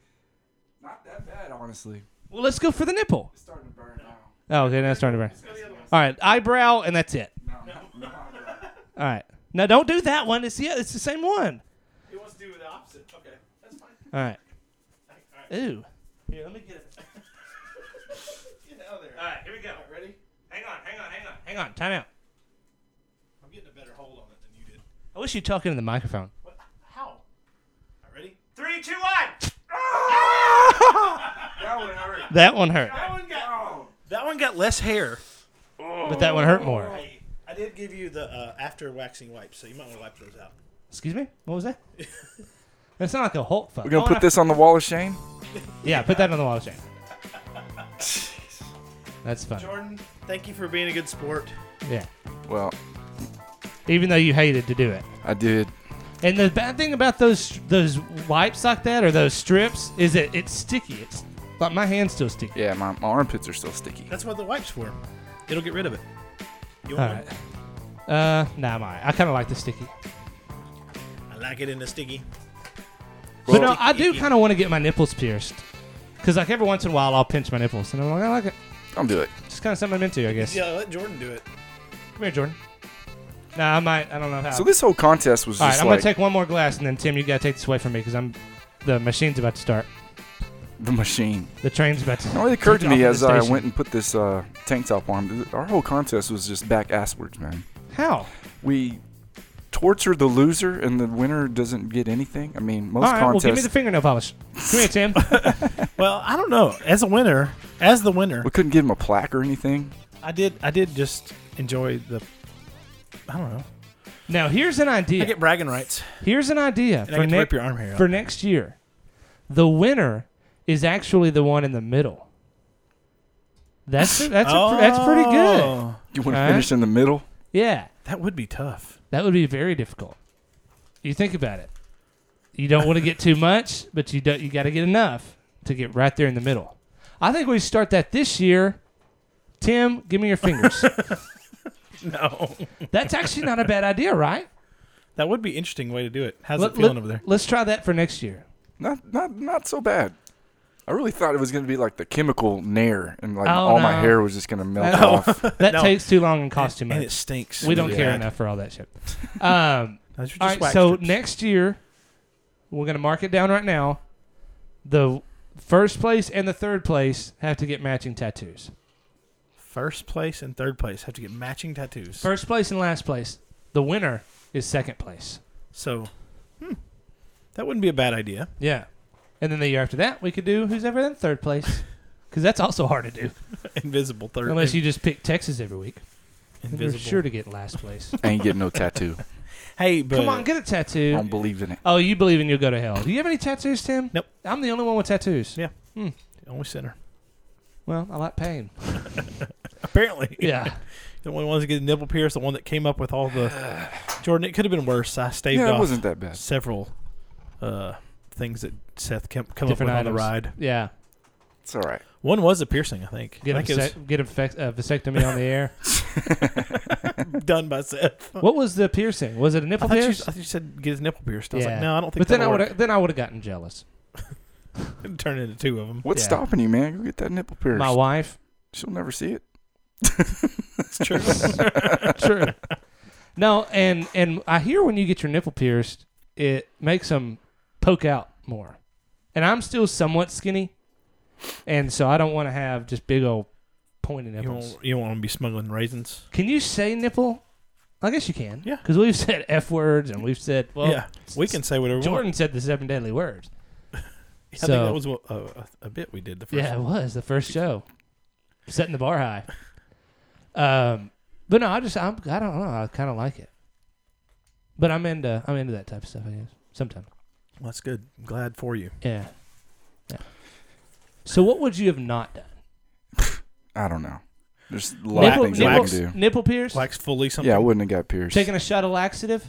Not that bad, honestly. Well, let's go for the nipple. It's starting to burn now. Oh, okay, now it's starting to burn. All right, eyebrow, and that's it. All right, now don't do that one. It's yeah, it's the same one. He wants to do the opposite. Okay, that's fine. All right. Ooh. Here, let me get it. *laughs* get out of there. All right, here we go. ready? Hang on, hang on, hang on, hang on. Time out. I'm getting a better hold on it than you did. I wish you'd talk into the microphone. All right, ready? Three, two, one. that one hurt. That one hurt, That one got less hair. but that one hurt more. I did give you the uh, after waxing wipes, so you might want to wipe those out. Excuse me. What was that? *laughs* That sounded like a Hulk fuck. We're gonna Oh, put no. this on the wall of shame. Yeah, put that on the wall of *laughs* shame. That's fun. Jordan, thank you for being a good sport. Yeah. Well, Even though you hated to do it. I did. And the bad thing about those those wipes like that or those strips is that it's sticky. It's like my hand's still sticky. Yeah, my, my armpits are still sticky. That's what the wipes for. It'll get rid of it. You All want right. Uh, nah, I'm all right. I kind of like the sticky. one? I like it in the sticky. but no, I do kind of want to get my nipples pierced. Because like every once in a while I'll pinch my nipples. And I'm like, I like it. Don't do it. Just kind of something I'm into, I guess. Yeah, let Jordan do it. Come here, Jordan. Nah, I might. I don't know how. So this whole contest was all right, just I'm like going to take one more glass. And then, Tim, you got to take this away from me because I'm. The machine's about to start. the machine. The train's about to. It only occurred to take off me at as the I station. went and put this uh, tank top on. th- Our whole contest was just back asswards, man. How? We torture the loser, and the winner doesn't get anything. I mean, most All right, well, contests. give me the fingernail polish. Come here, *laughs* Tim. Well, I don't know. As a winner, as the winner, we couldn't give him a plaque or anything. I did. I did just enjoy the. I don't know. now, here's an idea. I get bragging rights, Here's an idea and I for, get to ne- rip your arm hair. out. for next year. The winner is actually the one in the middle. That's a, that's a, pr- that's pretty good. Oh, You want to All right. finish in the middle? Yeah, That would be tough. that would be very difficult. You think about it. You don't want to get too much, but you don't, you got to get enough to get right there in the middle. I think we start that this year. Tim, give me your *laughs* fingers. *laughs* No, that's actually not a bad idea, right? that would be interesting way to do it. How's Let- it feeling let- over there? Let's try that for next year. Not, not, not so bad. I really thought it was going to be like the chemical nair, and like Oh, all my no. hair was just going to *laughs* melt No. off. That *laughs* No. takes too long and costs too much. And it stinks. we don't Yeah. care enough for all that *laughs* shit. Um, Those are all just right, wax so strips. next year, we're gonna mark it down right now. The first place and the third place have to get matching tattoos. first place and third place have to get matching tattoos. First place and last place. The winner is second place. So, hmm, that wouldn't be a bad idea. *laughs* Yeah, and then the year after that, we could do who's ever in third *laughs* place, because that's also hard to do Invisible third. unless you just pick Texas every week. You're invisible. sure to get last place. I ain't getting *laughs* no tattoo. Hey, but Come on, get a I tattoo. don't believe in it. Oh, you believe in you'll go to hell. Do you have any tattoos, Tim? Nope. I'm the only one with tattoos. Yeah. *laughs* only center. Well, I like pain. Apparently, Yeah. *laughs* The only ones that get nipple pierced, the one that came up with all the *sighs* Jordan. It could have been worse. I staved Yeah, it off wasn't that bad. several uh, things that Seth came, come Different up with on the items. ride. Yeah. It's all right. One was a piercing, I think. Get I a, think it vasect- get a vasect- uh, vasectomy on the *laughs* air. *laughs* was *laughs* done *laughs* by Seth. What was the piercing? Was it a I nipple thought, you, I pierce? thought you said get his nipple pierced. I was Yeah. like, no, I don't think. But then I that'll would work. have then I would have gotten jealous. Turn into two of them. What's Yeah. stopping you, man? Go get that nipple pierced. My wife. She'll never see it. It's *laughs* true. True. no, and and I hear when you get your nipple pierced, it makes them poke out more. And I'm still somewhat skinny, and so I don't want to have just big old pointy you nipples. don't, you don't want to be smuggling raisins. Can you say nipple? I guess you can. Yeah. Because we've said F words and we've said, well, yeah, we can say whatever we want. Jordan said the seven deadly words. I so, think that was what- a, a, a bit we did the first. yeah, it was the first show. Setting the bar high. Um, but no, I just, I'm, I don't know. I kind of like it. But I'm into, I'm into that type of stuff, I guess. Sometimes. Well, that's good. I'm glad for you. Yeah. yeah. So what would you have not done? I don't know. There's a lot of things I nipple, can do. nipple pierce? Flax fully something. Yeah, I wouldn't have got pierced. Taking a shot of laxative?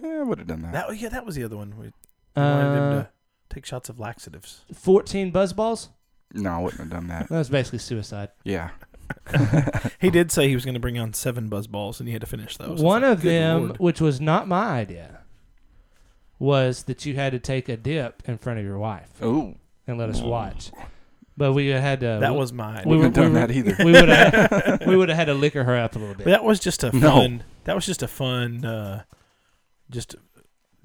yeah, I would have done that. that. Yeah, that was the other one. We wanted them Uh, to take shots of laxatives. 14 buzz balls? No, I wouldn't have done that. That was basically suicide. Yeah. He did say he was going to bring on seven buzz balls, and he had to finish those. One It's like, of good them, lord. which was not my idea, was that you had to take a dip in front of your Oh. wife Ooh. and let us watch. But Uh, we had to. That was mine. We Wouldn't were- have done we *laughs* that either. We would have. we would have had to liquor her up a little bit. that was just a No. fun. That was just a fun. Uh, just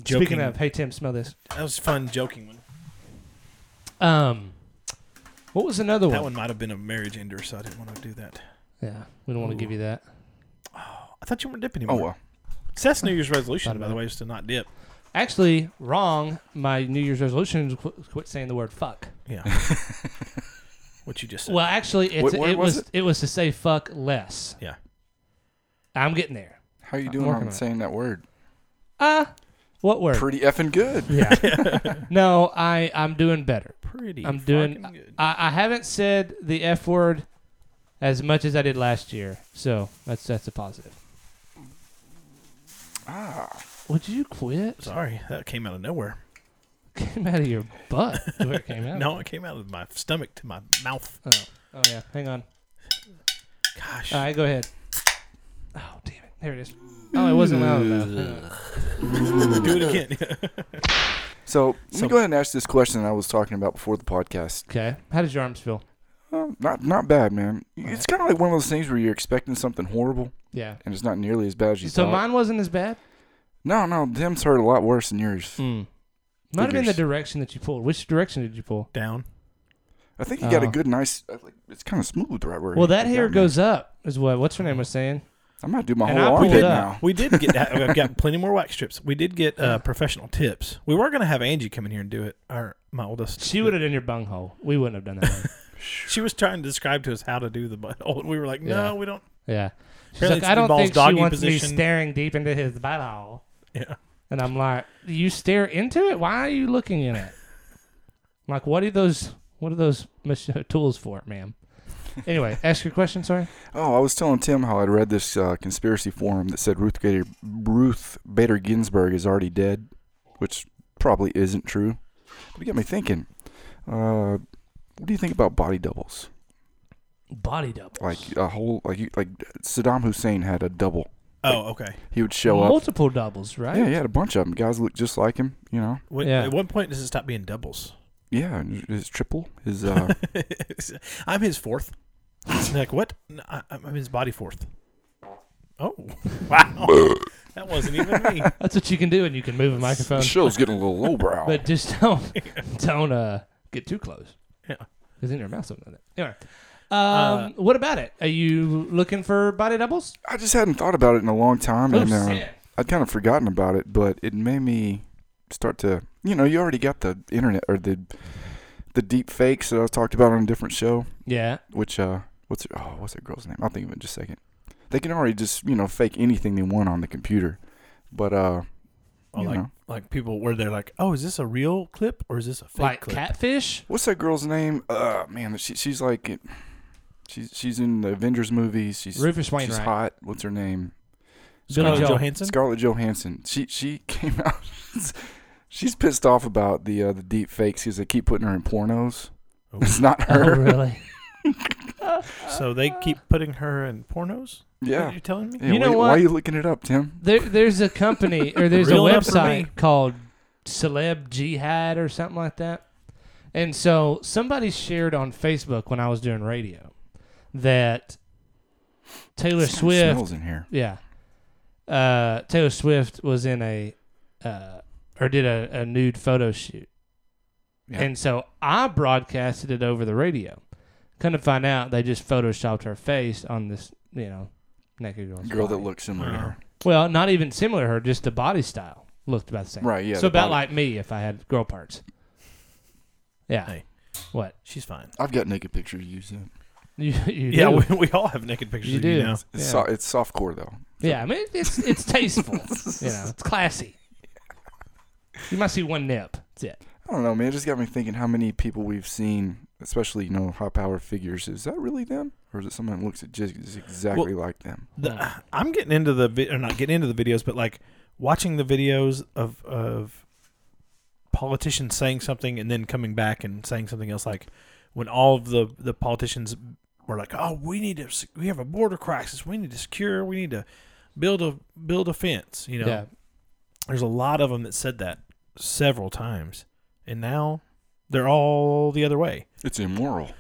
joking. Speaking of, hey Tim, smell this. that was a fun joking one. Um, what was another That one? one might have been a marriage ender, so I didn't want to do that. Yeah, we don't want to give you that. I thought you weren't dipping Oh anymore. well. Seth's New Year's Thought resolution, by about the it. way, is to not dip. Actually, wrong. My New Year's resolution is qu- quit saying the word fuck. Yeah. what you just said. Well, actually, it's, What- what it was was it? it was to say fuck less. yeah. I'm getting there. How you doing working on on it. saying that word? Ah, what word? Pretty effing good. Yeah. no, I I'm doing better. Pretty. I'm doing. fucking good. I, I haven't said the f word as much as I did last year, so that's that's a positive. Ah. Would you quit? Sorry, that came out of nowhere. *laughs* Came out of your butt. is where it came *laughs* out. No, it came out of my stomach to my mouth. Oh. oh yeah. Hang on. Gosh. All right, go ahead. Oh damn it! There it is. Oh, it wasn't loud enough. Hang on. do it again. *laughs* So let So- me go ahead and ask this question I was talking about before the podcast. Okay. How does your arms feel? Oh, not not bad, man. It's kind of like one of those things where you're expecting something horrible, Yeah. and it's not nearly as bad as you So thought. mine wasn't as bad. no, no, them's hurt a lot worse than yours. Might have been the Hmm. Figures. direction that you pulled. Which direction did you pull? Down. I think you got a Oh. good, nice. I think It's kind of smooth right where. Well, that it hair got me. goes up, is what what's her name was saying. I might do my and whole I pulled armpit it up. now. We did get that. I've got plenty more wax strips. We did get uh, professional tips. We were going to have Angie come in here and do it, our, my oldest. She would have done your bunghole. We wouldn't have done *laughs* that. She was trying to describe to us how to do the butthole, and we were like, no, Yeah. we don't. yeah. She's Apparently like, it's I don't involves think she doggy wants me position." staring deep into his butthole. Yeah. And I'm like, you stare into it? Why are you looking in it? I'm like, what are those? What are those mach- *laughs* tools for, ma'am? *laughs* Anyway, ask your question. Sorry. Oh, I was telling Tim how I'd read this uh, conspiracy forum that said Ruth Bader, Ruth Bader Ginsburg is already dead, which probably isn't true. But it got me thinking. Uh, what do you think about body doubles? Body double. Like a whole, like you, like Saddam Hussein had a double. Oh, okay. He would show up. Multiple doubles, right? Yeah, he had a bunch of them. Guys looked just like him. You know. When, Yeah. At one point, does it stop being doubles? *laughs* Yeah, and his triple, his *laughs* uh, I'm his fourth. like what? No, I, I'm his body fourth. Oh *laughs* wow, that wasn't even me. That's what you can do, and you can move a microphone, show's getting a little lowbrow. but just *laughs* don't don't uh, get too close. Yeah. Uh, Because in your mouth something like that. Anyway. Um, what about it? Are you looking for body doubles? I just hadn't thought about it in a long time, and Oh, uh, shit. I'd kind of forgotten about it. But it made me start to, you know, you already got the internet or the the deep fakes that I talked about on a different show. Yeah. Which uh, what's her, oh, what's that girl's name? I'll think of it in just a second. They can already just you know fake anything they want on the computer, but uh, Oh, you like know. like people where they're like, oh, is this a real clip or is this a fake like clip? catfish? What's that girl's name? Uh, man, she, she's like, she's she's in the Avengers movies. She's Rufus She's Wainwright. hot. What's her name? Billy Scarlett Joel. Johansson. Scarlett Johansson. She she *laughs* came out. she's pissed off about the uh, the deep fakes because they keep putting her in pornos. It's not *laughs* Oh, her. really? so they keep putting her in pornos. Yeah. you telling me? Yeah, You know why, what? Why are you looking it up, Tim? There, there's a company or there's a Real enough for me. website called Celeb Jihad or something like that. And so somebody shared on Facebook when I was doing radio that Taylor Swift Smells in here. yeah. Uh, Taylor Swift was in a, uh, or did a, a nude photo shoot. Yeah. And so I broadcasted it over the radio. Couldn't find out they just photoshopped her face on this, you know, naked girl's Girl that body. looks similar. to her. Well, not even similar to her, just the body style looked about the same. Right, yeah, So the about body- like me if I had girl parts. Yeah. Hey. What? *laughs* She's fine. I've got naked pictures to use. It. You, you Yeah, do. we, we all have naked pictures you of do. you now. It's, Yeah. so, it's softcore though. Yeah, I mean it's it's *laughs* tasteful. you know, it's classy. You might see one nip. That's it. I don't know, man. It just got me thinking how many people we've seen, especially you know high power figures. Is that really them, or is it someone that looks at just, just exactly like them? The, I'm getting into the vi- or not getting into the videos, but like watching the videos of of politicians saying something and then coming back and saying something else. Like when all of the the politicians were like, "Oh, we need to se- we have a border crisis. We need to secure. We need to build a build a fence." You know, Yeah. there's a lot of them that said that several times, and now they're all the other way. It's immoral.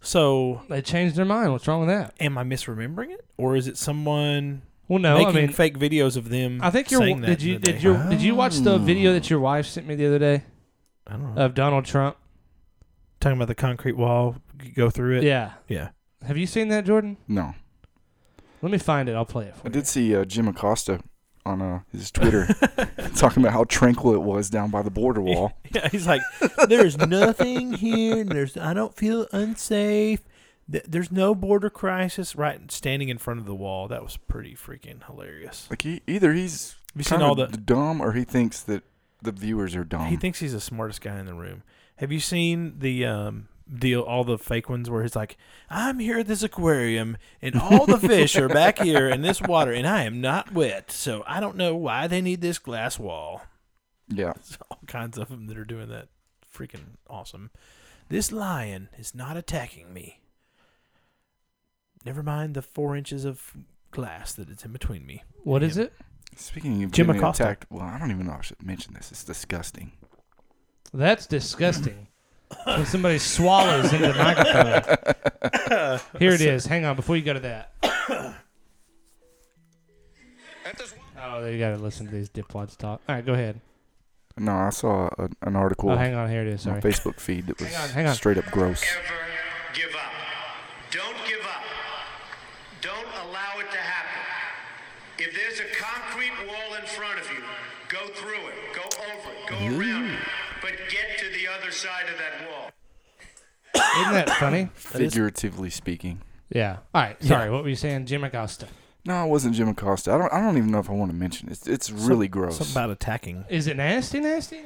So, They changed their mind. What's wrong with that? am I misremembering it, or is it someone? Well, no, making I mean, fake videos of them. I think your saying that did in you the did day. your did you watch the video that your wife sent me the other day I don't know. of Donald Trump? Talking about the concrete wall, g- go through it. Yeah. yeah. Have you seen that, Jordan? No, Let me find it. I'll play it for I you. did see uh, Jim Acosta on uh, his *laughs* Twitter talking about how tranquil it was down by the border wall. Yeah, he's like, there's nothing here. and There's I don't feel unsafe. Th- There's no border crisis. Right, standing in front of the wall. That was pretty freaking hilarious. Like he either he's Have you seen kind all of the? dumb, or he thinks that the viewers are dumb. He thinks he's the smartest guy in the room. Have you seen the um deal? All the fake ones where he's like, I'm here at this aquarium, and all the fish are back here in this water, and I am not wet, so I don't know why they need this glass wall. *laughs* yeah, There's all kinds of them that are doing that. Freaking awesome. This lion is not attacking me. Never mind the four inches of glass that it's in between me. What is it? Speaking of Jim getting Acosta. attacked, well, I don't even know if I should mention this. It's disgusting. That's disgusting. when somebody swallows into the microphone. *laughs* Here it is. Hang on. Before you go to that. Oh, they gotta listen to these dipwads talk. All right, go ahead. No, I saw a, an article Oh, hang on. Here it is. on my Sorry. Facebook feed that was on, hang on. straight up gross. Never give up. Don't give up. Don't allow it to happen. If there's a concrete wall in front of you, go through it, go over it, go around it, but get to the other side of that wall. Isn't that funny? Figuratively speaking. Yeah. All right. Sorry. What were you saying, Jim Acosta? No, it wasn't Jim Acosta. I don't. I don't even know if I want to mention. It. It's it's really gross. Something about attacking. Is it nasty? Nasty?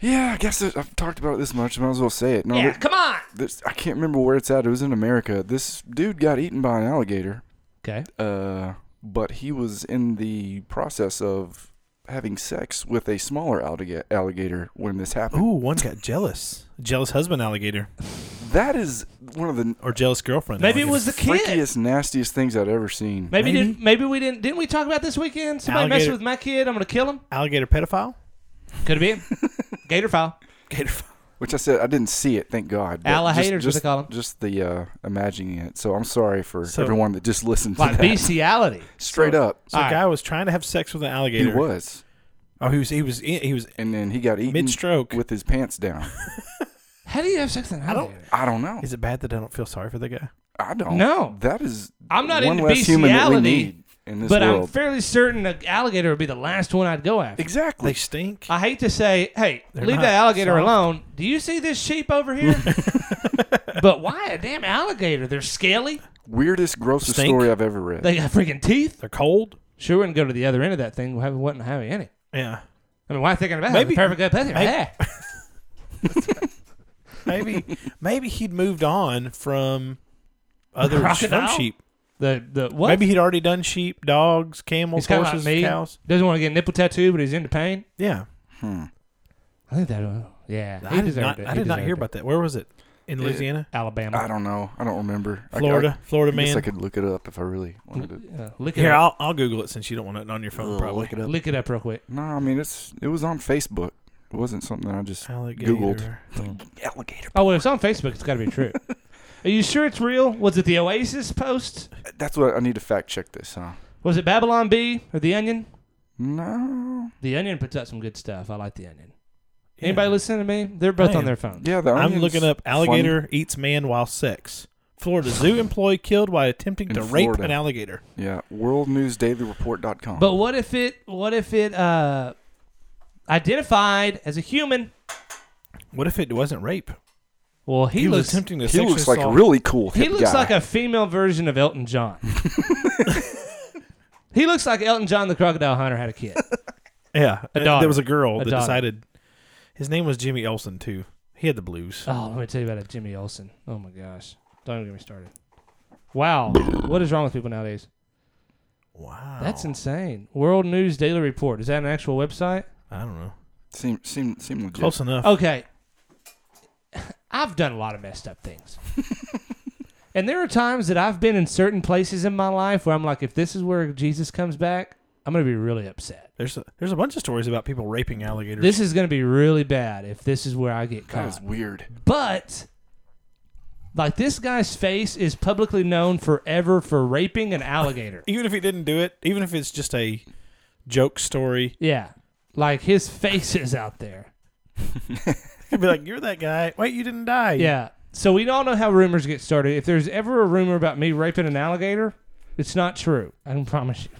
yeah, I guess it, I've talked about it this much. I might as well say it. No, Yeah. there- Come on. there's- I can't remember where it's at. It was in America. This dude got eaten by an alligator. Okay. Uh, but he was in the process of having sex with a smaller alliga- alligator when this happened. Ooh, one got jealous. Jealous husband alligator That is one of the or jealous girlfriend. Maybe it was alligator. the kid. freakiest, nastiest things I'd ever seen. Maybe didn't, maybe we didn't didn't we talk about this weekend? Somebody messed Alligator- with my kid. I'm gonna kill him. alligator pedophile. Could be *laughs* gator foul. Gator. Which I said I didn't see it, thank God. but Alligators, just, what they call 'em. Just the uh, imagining it. So I'm sorry for So- everyone that just listened to Like that. bestiality. Straight up, So All a right. guy was trying to have sex with an he alligator. was, Oh, he was. He was. He was. and then he got eaten Mid-stroke. with his pants *laughs* down. How do you have sex with an alligator? I don't know. Is it bad that I don't feel sorry for the guy? I don't. No. that is. I'm not one into less human that we bestiality, need in this But I'm world. fairly certain an alligator would be the last one I'd go after. They exactly. stink. I hate to say, hey, leave not that alligator soft. alone. Do you see this sheep over *laughs* here? but why a damn alligator? They're scaly. Weirdest, grossest Stink. story I've ever read. They got freaking teeth. They're cold. Sure wouldn't go to the other end of that thing. Having wouldn't have any. Yeah. I mean, why thinking about Maybe- it? Perfect good pleasure. maybe- Yeah. Maybe maybe he'd moved on from other from Crocodile? sheep. The the what? Maybe he'd already done sheep, dogs, camels, he's kind of horses, like me. cows. Doesn't want to get a nipple tattoo, but he's into pain. Yeah. Hmm. I think that. Uh, yeah. I did not I did not hear about that. Where was it? In Louisiana? Alabama. I don't know. I don't remember. I- Florida. I, Florida I guess man. I could look it up if I really wanted to. Uh, lick it Here, up. Oh, I'll, I'll Google it since you don't want it on your phone probably. Lick it up real quick. No, I mean it's it was on Facebook. It wasn't something I just Alligator. Googled. Alligator. Oh, well, it's on Facebook. It's got to be true. Are you sure it's real? Was it the Oasis post? That's what I need to fact check this, huh? Was it Babylon B or The Onion? No. The Onion puts out some good stuff. I like The Onion. Anybody listening to me? They're both I on am. their phones. Yeah, the I'm onion's looking up alligator funny. eats man while sex. Florida zoo employee killed while attempting In to rape Florida. an alligator. Yeah, worldnewsdailyreport.com. But what if it? What if it uh, identified as a human? What if it wasn't rape? Well, he, He, was looks. attempting to he sexually looks like a assault- really cool. he hip looks guy. like a female version of Elton John. he looks like Elton John, the crocodile hunter, had a kid. yeah. and daughter. There was a girl A that daughter. decided his name was Jimmy Olsen too. He had the blues. Oh, let me tell you about a Jimmy Olsen. Oh my gosh, don't even get me started. Wow, what is wrong with people nowadays? Wow, That's insane. World News Daily Report is that an actual website? I don't know. seem seem seem legit. Close enough. Okay. *laughs* I've done a lot of messed up *laughs* things. and there are times that I've been in certain places in my life where I'm like, if this is where Jesus comes back, I'm going to be really upset. There's a, there's a bunch of stories about people raping alligators. This is going to be really bad if this is where I get That was caught. weird. But, like, this guy's face is publicly known forever for raping an alligator. even if he didn't do it, even if it's just a joke story, *laughs* yeah. Like, his face is out there. he'd be like, "You're that guy. Wait, you didn't die. Yeah. So we all know how rumors get started. If there's ever a rumor about me raping an alligator, it's not true. I can promise you.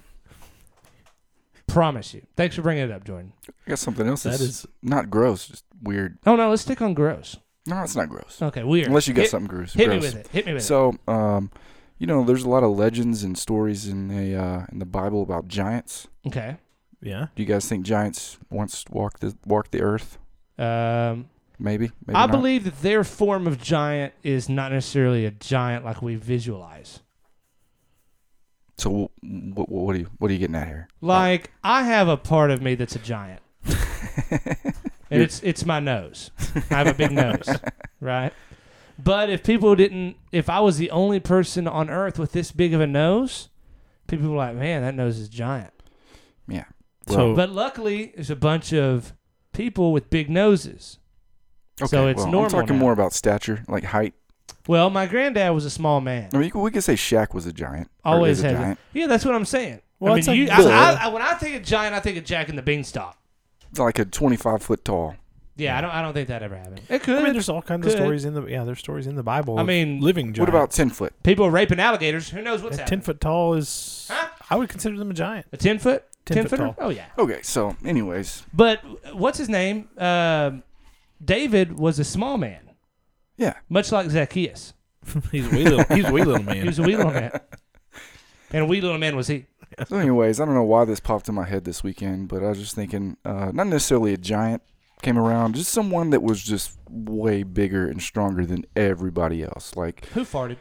Promise you. Thanks for bringing it up, Jordan. I got something else That that's is- not gross, just weird. Oh no, let's stick on gross. No, it's not gross. Okay, weird. Unless you got Hit- something gross. Hit me gross. with it. Hit me with it. So, um, you know, there's a lot of legends and stories in the uh, in the Bible about giants. Okay. yeah. Do you guys think giants once walked the walked the earth? Um, Maybe. maybe I not. believe that their form of giant is not necessarily a giant like we visualize. So, what, what, what are you what are you getting at here? Like I have a part of me that's a *laughs* giant, and it's it's my nose. I have a big *laughs* nose, right? But if people didn't, if I was the only person on Earth with this big of a nose, people were like, "Man, that nose is giant." Yeah. So But luckily, there's a bunch of people with big noses. so it's well, normal I'm talking now. more about stature, like height. Well, my granddad was a small man. I mean, you could, we could say Shaq was a giant. or Always is a had. giant. Yeah, that's what I'm saying. Well, I it's mean, like you, I, good. I, I- when I think of giant, I think of Jack and the Beanstalk. Like a 25 foot tall. Yeah, I don't. I don't think that ever happened. It could. I mean, there's all kinds Good. of stories in the yeah. There's stories in the Bible. I of mean, living giants. What about 10 foot? people raping alligators. Who knows what's A ten happening? foot tall is Huh? I would consider them a giant. A ten foot? 10 foot footer? tall. Oh yeah. Okay, so *laughs* anyways, But uh, what's his name? Um David was a small man, yeah, much like Zacchaeus. He's a wee little he's a wee little He man. was a wee little man, and a wee little man was he. So, anyways, I don't know why this popped in my head this weekend, but I was just thinking, uh, not necessarily a giant came around, just someone that was just way bigger and stronger than everybody else. Like Who farted?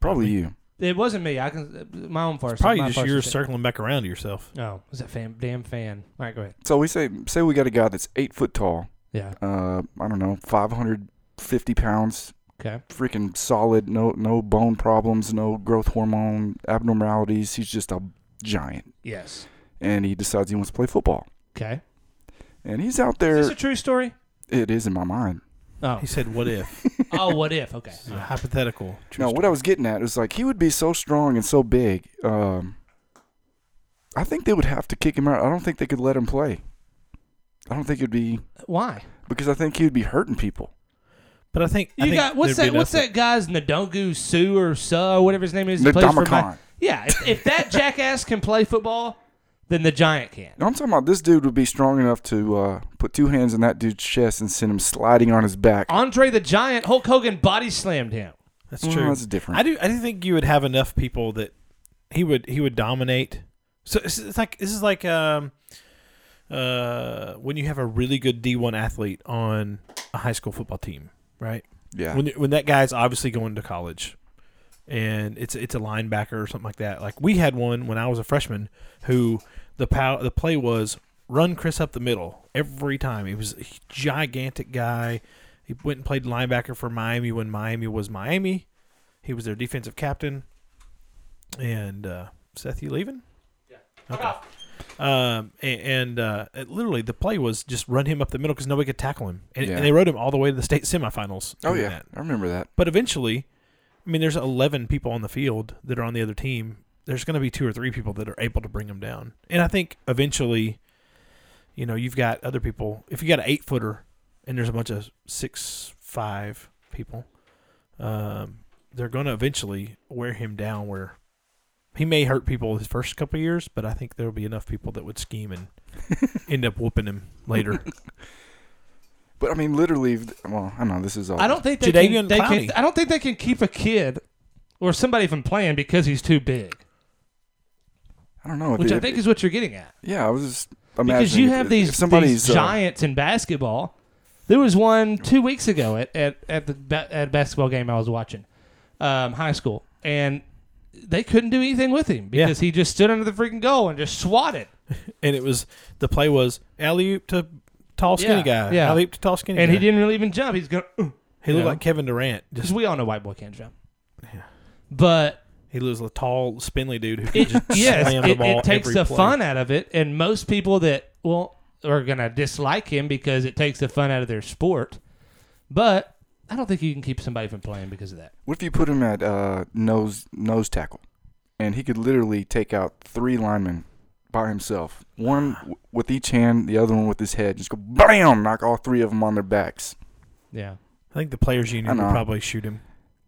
probably you. It wasn't me. I can uh, my own farts. Probably my just farts you're are sick. circling back around to yourself. Oh, was that fan? Damn fan. All right, go ahead. So we say say we got a guy that's eight foot tall. Yeah. Uh, I don't know, five hundred fifty pounds, Okay. freaking solid. No no bone problems, no growth hormone abnormalities. He's just a giant, Yes. and he decides he wants to play football. Okay. And he's out Is this there. a true story? It is in my mind. Oh. He said, "What *laughs* if?" oh, what if? Okay. It's a hypothetical. True No, what I was getting at is like he would be so strong and so big. Um, I think they would have to kick him out. I don't think they could let him play. I don't think it'd be Why? because I think he would be hurting people. But I think I You think got what's there'd that? be What's enough- that guy's Ndongu Sue or Su or whatever his name is? that plays for my- Ndamukong. yeah, if, if that jackass can play football, then the giant can. No, I'm talking about this dude would be strong enough to uh, put two hands in that dude's chest and send him sliding on his back. Andre the Giant, Hulk Hogan body slammed him. That's Well, true. Oh, that's different. I do. I do think you would have enough people that he would he would dominate. So it's, it's like this is like um, uh, when you have a really good D one athlete on a high school football team, right? yeah, When when that guy's obviously going to college, and it's it's a linebacker or something like that. Like we had one when I was a freshman who the pow- the play was run Chris up the middle every time. He was a gigantic guy. He went and played linebacker for Miami when Miami was Miami. He was their defensive captain. And uh, Seth, you leaving? Yeah. Okay. Um, a- and, uh, it- literally, the play was just run him up the middle because nobody could tackle him, and, Yeah. and they rode him all the way to the state semifinals. Oh doing yeah, that. I remember that. But eventually, I mean, there's 11 people on the field that are on the other team. There's going to be two or three people that are able to bring them down. And I think eventually, you know, you've got other people. If you got an eight footer and there's a bunch of six, five people, um, they're going to eventually wear him down where he may hurt people his first couple of years, but I think there'll be enough people that would scheme *laughs* and end up whooping him later. But I mean, literally, well, I know this is all. I don't think they can, Jadavian they can. Clowney. I don't think they can keep a kid or somebody from playing because he's too big, I don't know. which I If- think is what you're getting at. Yeah, I was just imagining Because you if- have if these, somebody's, these uh, giants in basketball. There was one two weeks ago at at, at the ba- at a basketball game I was watching, um, high school, and they couldn't do anything with him Yeah. because he just stood under the freaking goal and just swatted. and it was the play was alley oop to tall skinny Yeah, guy. yeah. Alley oop to tall skinny And guy. he didn't really even jump. He's going He looked know? like Kevin Durant. Just because we all know white boy can't jump. But he was a tall, spindly dude who could it, just yes, *laughs* slam the it, ball it takes every the play. fun out of it, and most people that well are gonna dislike him because it takes the fun out of their sport. But I don't think you can keep somebody from playing because of that. What if you put him at uh, nose nose tackle, and he could literally take out three linemen by himself, one Ah. w- with each hand, the other one with his head, just go bam, knock all three of them on their backs. Yeah, I think the players' I union would know. probably shoot him.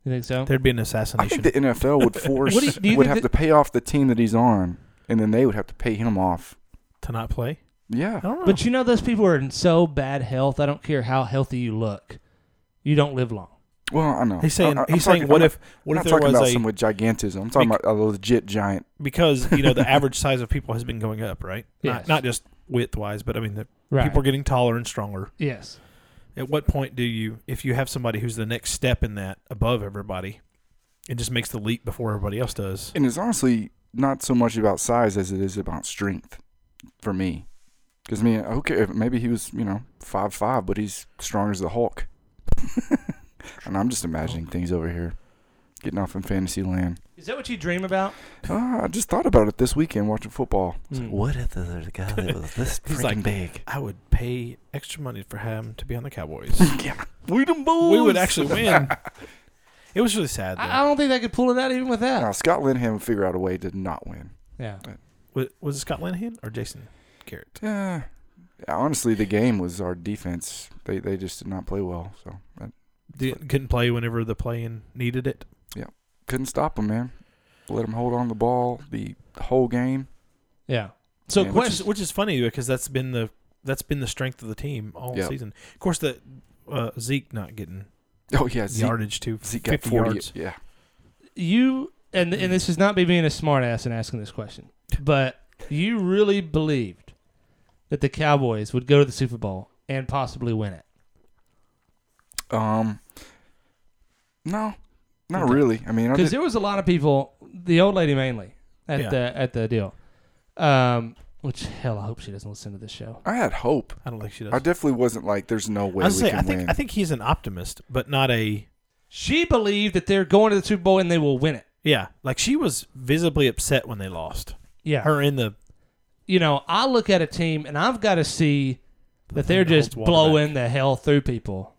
you think so? There'd be an I assassination. think the NFL *laughs* would force What do you- do you would think have that- to pay off the team that he's on, and then they would have to pay him off. to not play. I Yeah, don't know. But you know those people are in so bad health. I don't care how healthy you look, you don't live long. well, I know. he's saying I- I'm he's talking- saying what I'm if what if not, I'm there not talking was about a someone with gigantism? I'm talking Bec- about a legit giant. *laughs* because you know the average size of people has been going up, right? Yes. Not not just width wise, but I mean the Right. people are getting taller and stronger. yes. At what point do you, if you have somebody who's the next step in that above everybody, it just makes the leap before everybody else does? And it's honestly not so much about size as it is about strength for me. Because, I mean, okay, if- maybe he was, you know, five five, but he's strong as the Hulk. *laughs* and I'm just imagining things over here, getting off in fantasy land. Is that what you dream about? Ah, I just thought about it this weekend watching football. *laughs* Hmm. What if the, the guy that was this He's freaking like- big? I would pay extra money for him to be on the Cowboys. *laughs* We them boys. we would actually *laughs* *laughs* win. it was really sad. Though. I, I don't think they could pull it out even with that. Now, Scott Linham would figure out a way to not win. Yeah. was, was it Scott Linehan or Jason Garrett? Yeah. Eh, Honestly, the game was our defense. They they just did not play well, so I Didn't, couldn't play whenever the playing needed it. couldn't stop them, man. Let them hold on the ball the whole game. Yeah. So, Yeah, which, which is, which is funny because that's been the that's been the strength of the team all Yeah. season. Of course, the uh, Zeke not getting Oh yeah, Zeke, yardage too. Zeke got 50 forty. yards. Yeah, you and and this is not me being a smartass and asking this question, but you really believed that the Cowboys would go to the Super Bowl and possibly win it. Um, no, not Okay. really. I mean, I Because did, there was a lot of people, the old lady mainly, at Yeah. the at the deal. Um, which hell, I hope she doesn't listen to this show. I had hope. I don't think she does. I definitely wasn't like, "There's no I way we was saying, can I think win." I think he's an optimist, but not a She believed that they're going to the Super Bowl and they will win it. yeah. Like she was visibly upset when they lost. Yeah. Her in the you know, I look at a team and I've got to see that they're thing that just holds water blowing the hell through people.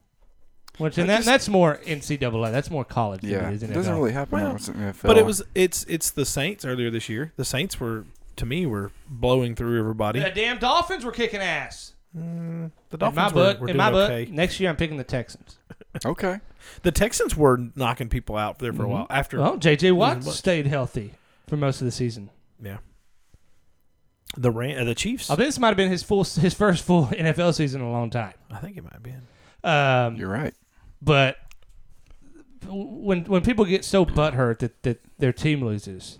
Which and I that, just- that's more NCAA. That's more college. yeah, than it it is doesn't NFL. really happen. Well, that much in the NFL. But it was it's it's the Saints earlier this year. The Saints were to me were blowing through everybody. The damn Dolphins were kicking ass. The In my Dolphins were, book, were in doing my book, okay. next year I'm picking the Texans. okay. The Texans were knocking people out there for a while after. Mm-hmm. Well, J.J. Watt what? stayed healthy for most of the season. yeah, the Ran- uh, the Chiefs. I think this might have been his full, his first full *laughs* NFL season in a long time. I think it might have been. Mm. Um, *laughs* You're right. but when when people get so butthurt that, that their team loses,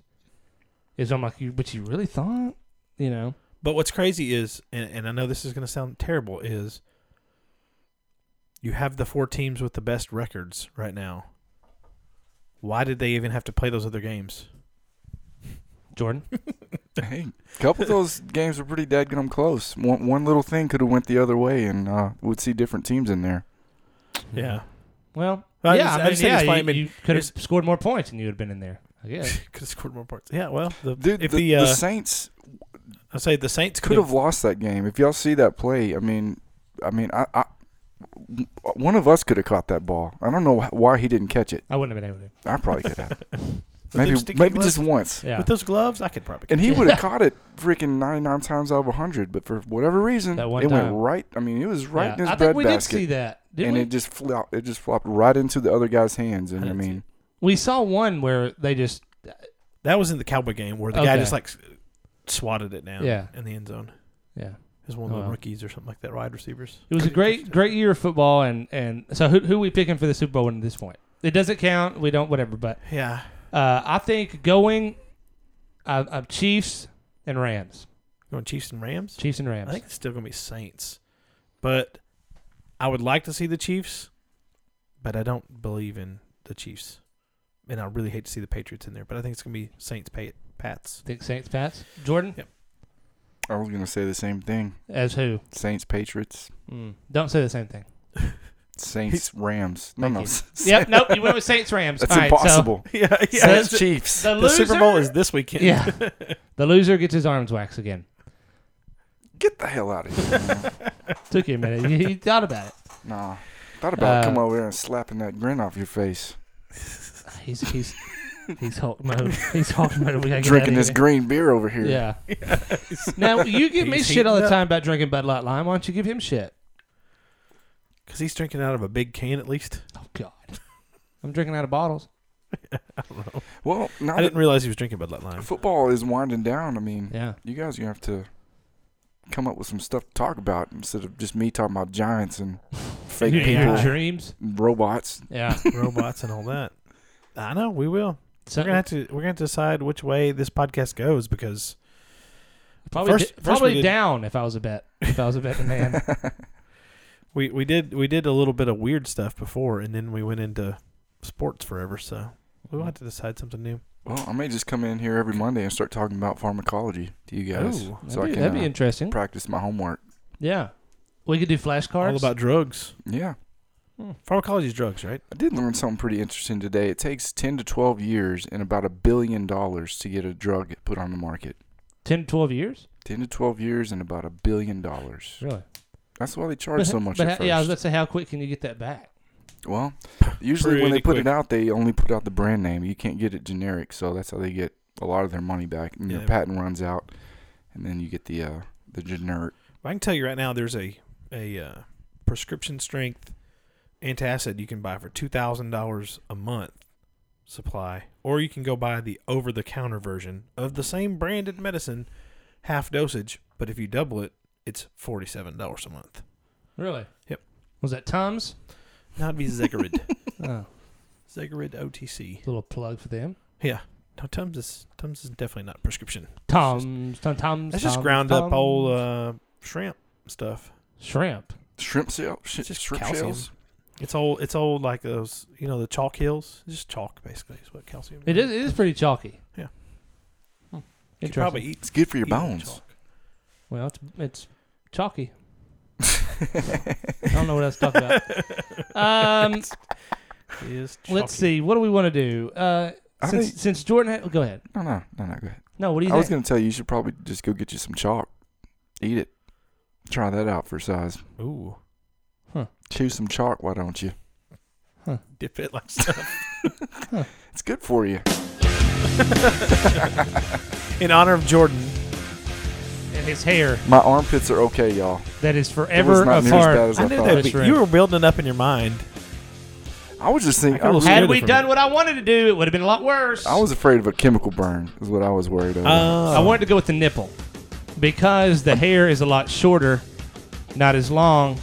is I'm like, you, but you really thought, you know? But what's crazy is, and, and I know this is going to sound terrible, is you have the four teams with the best records right now. Why did they even have to play those other games? Jordan, Hey, a couple of those games were pretty dadgum close. One one little thing could have went the other way, and uh, we'd see different teams in there. *laughs* Yeah, well, I yeah, I just- I mean, just think yeah, it's funny, you, I mean, could have it's- scored more points and you would have been in there. I *laughs* guess. Could have scored more points. Yeah, well, the, Dude, if the, the, uh, the Saints I say the Saints could have lost that game. If y'all see that play, I mean, I mean, I, I one of us could have caught that ball. I don't know wh- why he didn't catch it. I wouldn't have been able to. I probably could have. with them maybe sticky maybe gloves- just once. Yeah. with those gloves. I could probably. And he *laughs* would have caught it freaking 99 times out of 100, but for whatever reason, That one it time. went right. I mean, it was right Yeah. in his I bread think we basket. did see that. Didn't and we? it just flopped. It just flopped right into the other guy's hands. And I, didn't see mean, we saw one where they just That was in the Cowboy game where the guy Okay. just like s- swatted it down. Yeah. in the end zone. yeah. It was one of the Wow. rookies or something like that, wide receivers. It was a Pretty great interesting. great year of football and and so who who we picking for the Super Bowl at this point? It doesn't count. We don't whatever, but Yeah, uh, I think going uh, uh, Chiefs and Rams. going Chiefs and Rams. Chiefs and Rams. I think it's still going to be Saints, but I would like to see the Chiefs, but I don't believe in the Chiefs, and I really hate to see the Patriots in there. But I think it's going to be Saints, pa- Pats. Think Saints Pats. Jordan I was going to say the same thing. as who? Saints, Patriots, Hmm. Don't say the same *laughs* thing. Saints, Rams. No, Thank no. you. *laughs* Yep. Nope. You went with Saints Rams. That's All right, so *laughs* impossible. *laughs* Yeah, yeah. So- Saints, *laughs* Chiefs. the the loser, Super Bowl is this weekend. yeah. *laughs* The loser gets his arms waxed again. Get the hell out of here. *laughs* man. Took you a minute. You, you thought about it. nah. Thought Uh, about coming over here and slapping that grin off your face. He's he's he's Hulk mode. He's Hulk mode. We gotta get Drinking outta this here. green beer over here. Yeah. *laughs* *laughs* now you give me He's shit all heating the up. time about drinking Bud Light Lime. Why don't you give him shit? because he's drinking out of a big can at least. Oh God, I'm drinking out of bottles. Well, now I that didn't realize he was drinking Bud Light *laughs* Lime. football is winding down, I mean, Yeah. you guys are gonna have to come up with some stuff to talk about instead of just me talking about giants and fake Your- your people, dreams. and robots. Yeah. robots and all that. I know we will. So, *laughs* We're gonna have to we're gonna have to decide which way this podcast goes because probably first- di- first we probably did- down if I was a bet. If I was a betting *laughs* man. we, we did we did a little bit of weird stuff before and then we went into sports forever. So we'll have to decide something new. Well, I may just come in here every Monday and start talking about pharmacology to you guys, Ooh, so that'd, be, I that'd can be uh, interesting. practice my homework. Yeah. We could do flashcards. All about drugs. Yeah, Pharmacology is drugs, right? I did learn something pretty interesting today. It takes ten to twelve years and about a billion dollars to get a drug put on the market. 10, 12 years. Ten to twelve years and about a billion dollars. Really. That's why they But, charge so much but at how- first. yeah, I was about to say, how quick can you get that back? Well, usually when they Pretty put quick. it out, they only put out the brand name. You can't get it generic, so that's how they get a lot of their money back. And Yeah. Your patent runs out, and then you get the uh, the generic. I can tell you right now there's a a uh, prescription strength antacid you can buy for two thousand dollars a month supply, or you can go buy the over the counter version of the same branded medicine, half dosage, but if you double it, it's forty seven dollars a month. Really. Yep. Was that *laughs* Tums? Not be Zegarid. *laughs* Oh, Zegarid OTC. little plug for them. Yeah. No, Tums is Tums is definitely not prescription. Tums, Tums, Tums. That's just Tums, ground up Tums. old uh, shrimp stuff. shrimp. Shrimp shell, sh- It's just shrimp calcium. shells. It's old. It's old like those. You know the chalk hills. It's just chalk basically is what calcium. It is. It is pretty chalky. Hmm. Yeah. You could Interesting. probably eat It's good for your eat that bones. chalk. Well, it's it's chalky. I don't know what else to *laughs* talk about. Um, It is let's chalky. see. What do we want to do? Uh, I since think- since Jordan, had, go ahead. *laughs* No, no, no, no. Go ahead. No, what do you I was think? gonna tell you, you should probably just go get you some chalk, eat it, try that out for size. Ooh, Chew some chalk, why don't you? dip it like stuff. *laughs* It's good for you. In honor of Jordan, and his hair My armpits are okay, y'all. that is It was forever not near as bad apart. as I, I knew thought. that That's right. you were building it up in your mind. I was just thinking. I I, could've was, scared Had it we for done me. what I wanted to do, it would have been a lot worse. I was uh, afraid of a chemical burn. Is what I was worried of. Um, I wanted to go with the nipple because the hair is a lot shorter, not as long.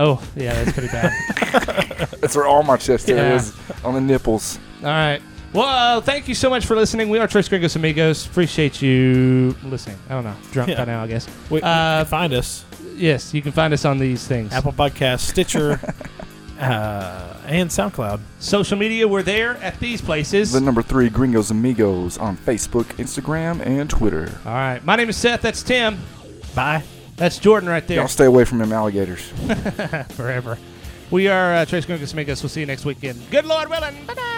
Oh, yeah, that's pretty bad. That's where all my chest Yeah. hair is on the nipples. All right. Well, thank you so much for listening. We are Tres Gringos Amigos. Appreciate you listening. I don't know. Drunk by Yeah. now, I guess. Wait, Uh, find us Yes, you can find us on these things. Apple Podcast, Stitcher, *laughs* uh, and SoundCloud. Social media, we're there at these places. The number three Gringos Amigos on Facebook, Instagram, and Twitter. All right. My name is Seth. That's Tim. Bye. That's Jordan right there Y'all stay away from them alligators. forever. We are uh, Tres Gringos Amigos. We'll see you next weekend. Good Lord willing. Bye bye.